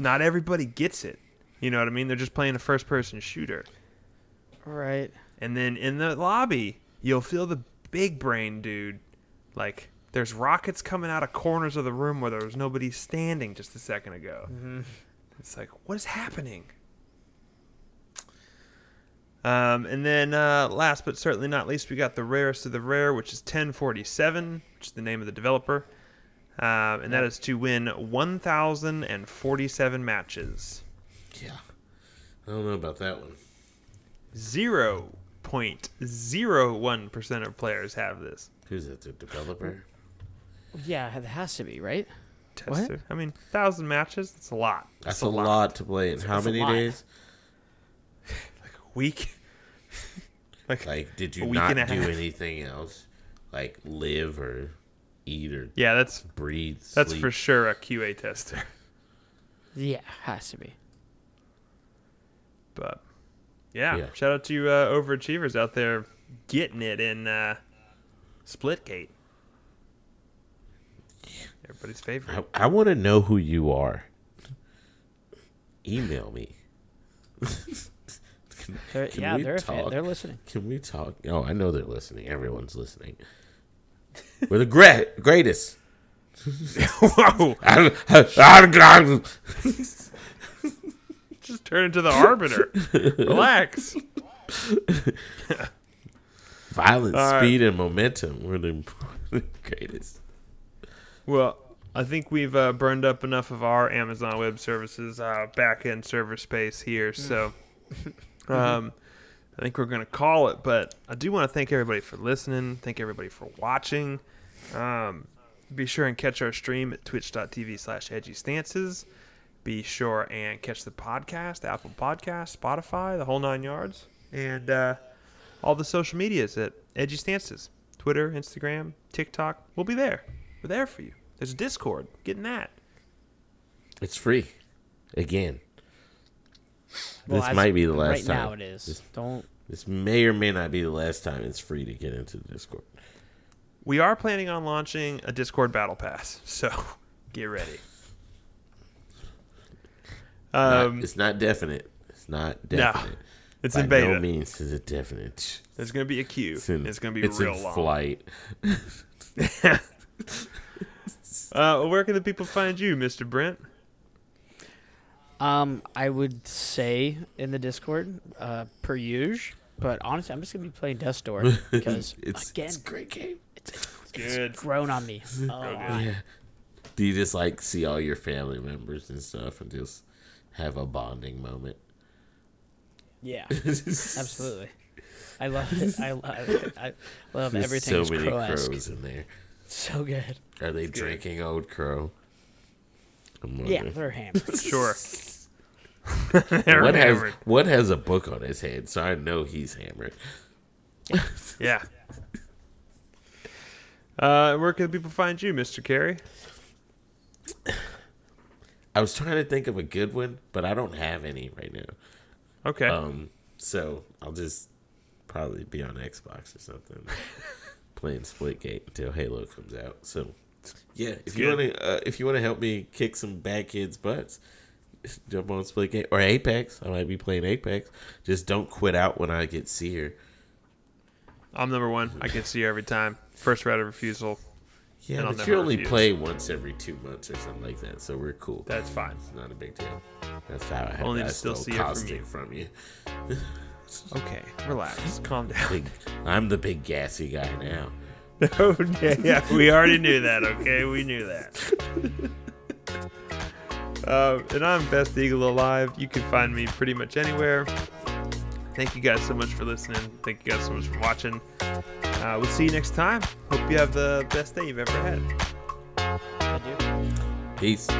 Speaker 1: Not everybody gets it. You know what I mean? They're just playing a first-person shooter.
Speaker 2: Right.
Speaker 1: And then in the lobby, you'll feel the big brain dude. Like, there's rockets coming out of corners of the room where there was nobody standing just a second ago. It's like, what is happening? Um, and then uh, last but certainly not least, we got the rarest of the rare, which is 1047, which is the name of the developer. Um, and that is to win 1,047 matches.
Speaker 3: Yeah. I don't know about that one.
Speaker 1: 0.01% of players have this.
Speaker 3: Who's it? The developer?
Speaker 2: Yeah, it has to be right. What?
Speaker 1: Tester. I mean, 1,000 matches, that's a lot.
Speaker 3: That's a lot. to play in. How
Speaker 2: that's a
Speaker 3: many
Speaker 2: lot.
Speaker 3: days?
Speaker 1: Like a week. like,
Speaker 3: Like, did
Speaker 1: A
Speaker 3: you
Speaker 1: week
Speaker 3: not
Speaker 1: and a
Speaker 3: do
Speaker 1: half.
Speaker 3: anything else? Like, live or eat or
Speaker 1: yeah, that's
Speaker 3: breathe?
Speaker 1: that's
Speaker 3: sleep?
Speaker 1: for sure a QA tester.
Speaker 2: Yeah, has to be.
Speaker 1: But yeah,
Speaker 3: Yeah.
Speaker 1: shout out to uh, overachievers out there getting it in uh, Splitgate. Everybody's favorite.
Speaker 3: I, I want to know who you are. Email me. can,
Speaker 2: They're,
Speaker 3: can
Speaker 2: yeah,
Speaker 3: we
Speaker 2: they're a fan.
Speaker 3: talk?
Speaker 2: they're listening.
Speaker 3: Can we talk? Oh, I know they're listening. Everyone's listening. We're the gra- greatest.
Speaker 1: Whoa! Just turn into the arbiter. Relax.
Speaker 3: Violence,
Speaker 1: All right.
Speaker 3: speed, and momentum. We're the, we're the greatest.
Speaker 1: Well, I think we've uh, burned up enough of our Amazon Web Services uh, back end server space here. So um, I think we're going to call it. But I do want to thank everybody for listening. Thank everybody for watching. Um, be sure and catch our stream at twitch.tv slash edgy stances. Be sure and catch the podcast, Apple Podcast, Spotify, the whole nine yards. And uh, all the social medias at Edgy Stances Twitter, Instagram, TikTok. We'll be there. We're there for you. There's a Discord. Get in that.
Speaker 3: It's free. Again.
Speaker 2: Well,
Speaker 3: this
Speaker 2: as-
Speaker 3: might be the last
Speaker 2: right
Speaker 3: time.
Speaker 2: now it is.
Speaker 3: This,
Speaker 2: Don't.
Speaker 3: this may or may not be the last time it's free to get into the Discord.
Speaker 1: We are planning on launching a Discord battle pass, so get ready.
Speaker 3: Not-
Speaker 1: Um,
Speaker 3: it's not definite. It's not definite.
Speaker 1: it's
Speaker 3: By
Speaker 1: in beta.
Speaker 3: no means is it definite.
Speaker 1: There's going to be a queue. It's,
Speaker 3: It's in,
Speaker 1: going to be
Speaker 3: it's
Speaker 1: real
Speaker 3: in
Speaker 1: long.
Speaker 3: flight.
Speaker 1: uh, well, Uh, where can the people find you, Mr. Brent?
Speaker 2: Um, I would say in the Discord, uh, per usual, But honestly, I'm just gonna be playing Death Door because
Speaker 4: It's,
Speaker 2: again,
Speaker 4: it's a great game.
Speaker 1: Good.
Speaker 2: grown on me. a lot.
Speaker 4: Yeah.
Speaker 3: Do you just like see all your family members and stuff and just have a bonding moment?
Speaker 2: Yeah, absolutely. I love it. I love it. I love
Speaker 3: There's
Speaker 2: everything.
Speaker 3: so
Speaker 2: is
Speaker 3: many
Speaker 2: Crow-esque.
Speaker 3: crows in there.
Speaker 2: So good.
Speaker 3: Are they
Speaker 1: good.
Speaker 3: drinking old crow? I'm
Speaker 2: Yeah,
Speaker 3: wondering.
Speaker 2: they're hammered.
Speaker 1: Sure.
Speaker 3: What has
Speaker 1: Hammered.
Speaker 3: what has a book on his head? So I know he's hammered.
Speaker 1: Yeah. Uh, where can people find you, Mr. Carey?
Speaker 3: I was trying to think of a good one, but I don't have any right now.
Speaker 1: Okay.
Speaker 3: Um, so I'll just probably be on Xbox or something, playing Splitgate until Halo comes out. So yeah, if you
Speaker 1: Good.
Speaker 3: want to, uh, if you want to help me kick some bad kids' butts, jump on Splitgate or Apex. I might be playing Apex. Just don't quit out when I get seer.
Speaker 1: I'm number one. I can see you every time. First right of refusal.
Speaker 3: Yeah,
Speaker 1: And I'll
Speaker 3: but you
Speaker 1: never
Speaker 3: only
Speaker 1: refuse.
Speaker 3: play once every two months or something like that, so we're cool.
Speaker 1: That's fine.
Speaker 3: It's not a big deal. That's how I have
Speaker 1: Only
Speaker 3: only
Speaker 1: to
Speaker 3: I
Speaker 1: still
Speaker 3: still
Speaker 1: see
Speaker 3: see
Speaker 1: it from
Speaker 3: caustic
Speaker 1: you.
Speaker 3: from you.
Speaker 1: Okay. Relax. Calm down.
Speaker 3: Big, I'm the big gassy guy now.
Speaker 1: oh, yeah, yeah. We already knew that, okay? We knew that. Uh, and I'm Best Eagle Alive. You can find me pretty much anywhere. Thank you guys so much for listening. Thank you guys so much for watching. Uh, we'll see you next time. Hope you have the best day you've ever had.
Speaker 2: I do.
Speaker 3: Peace.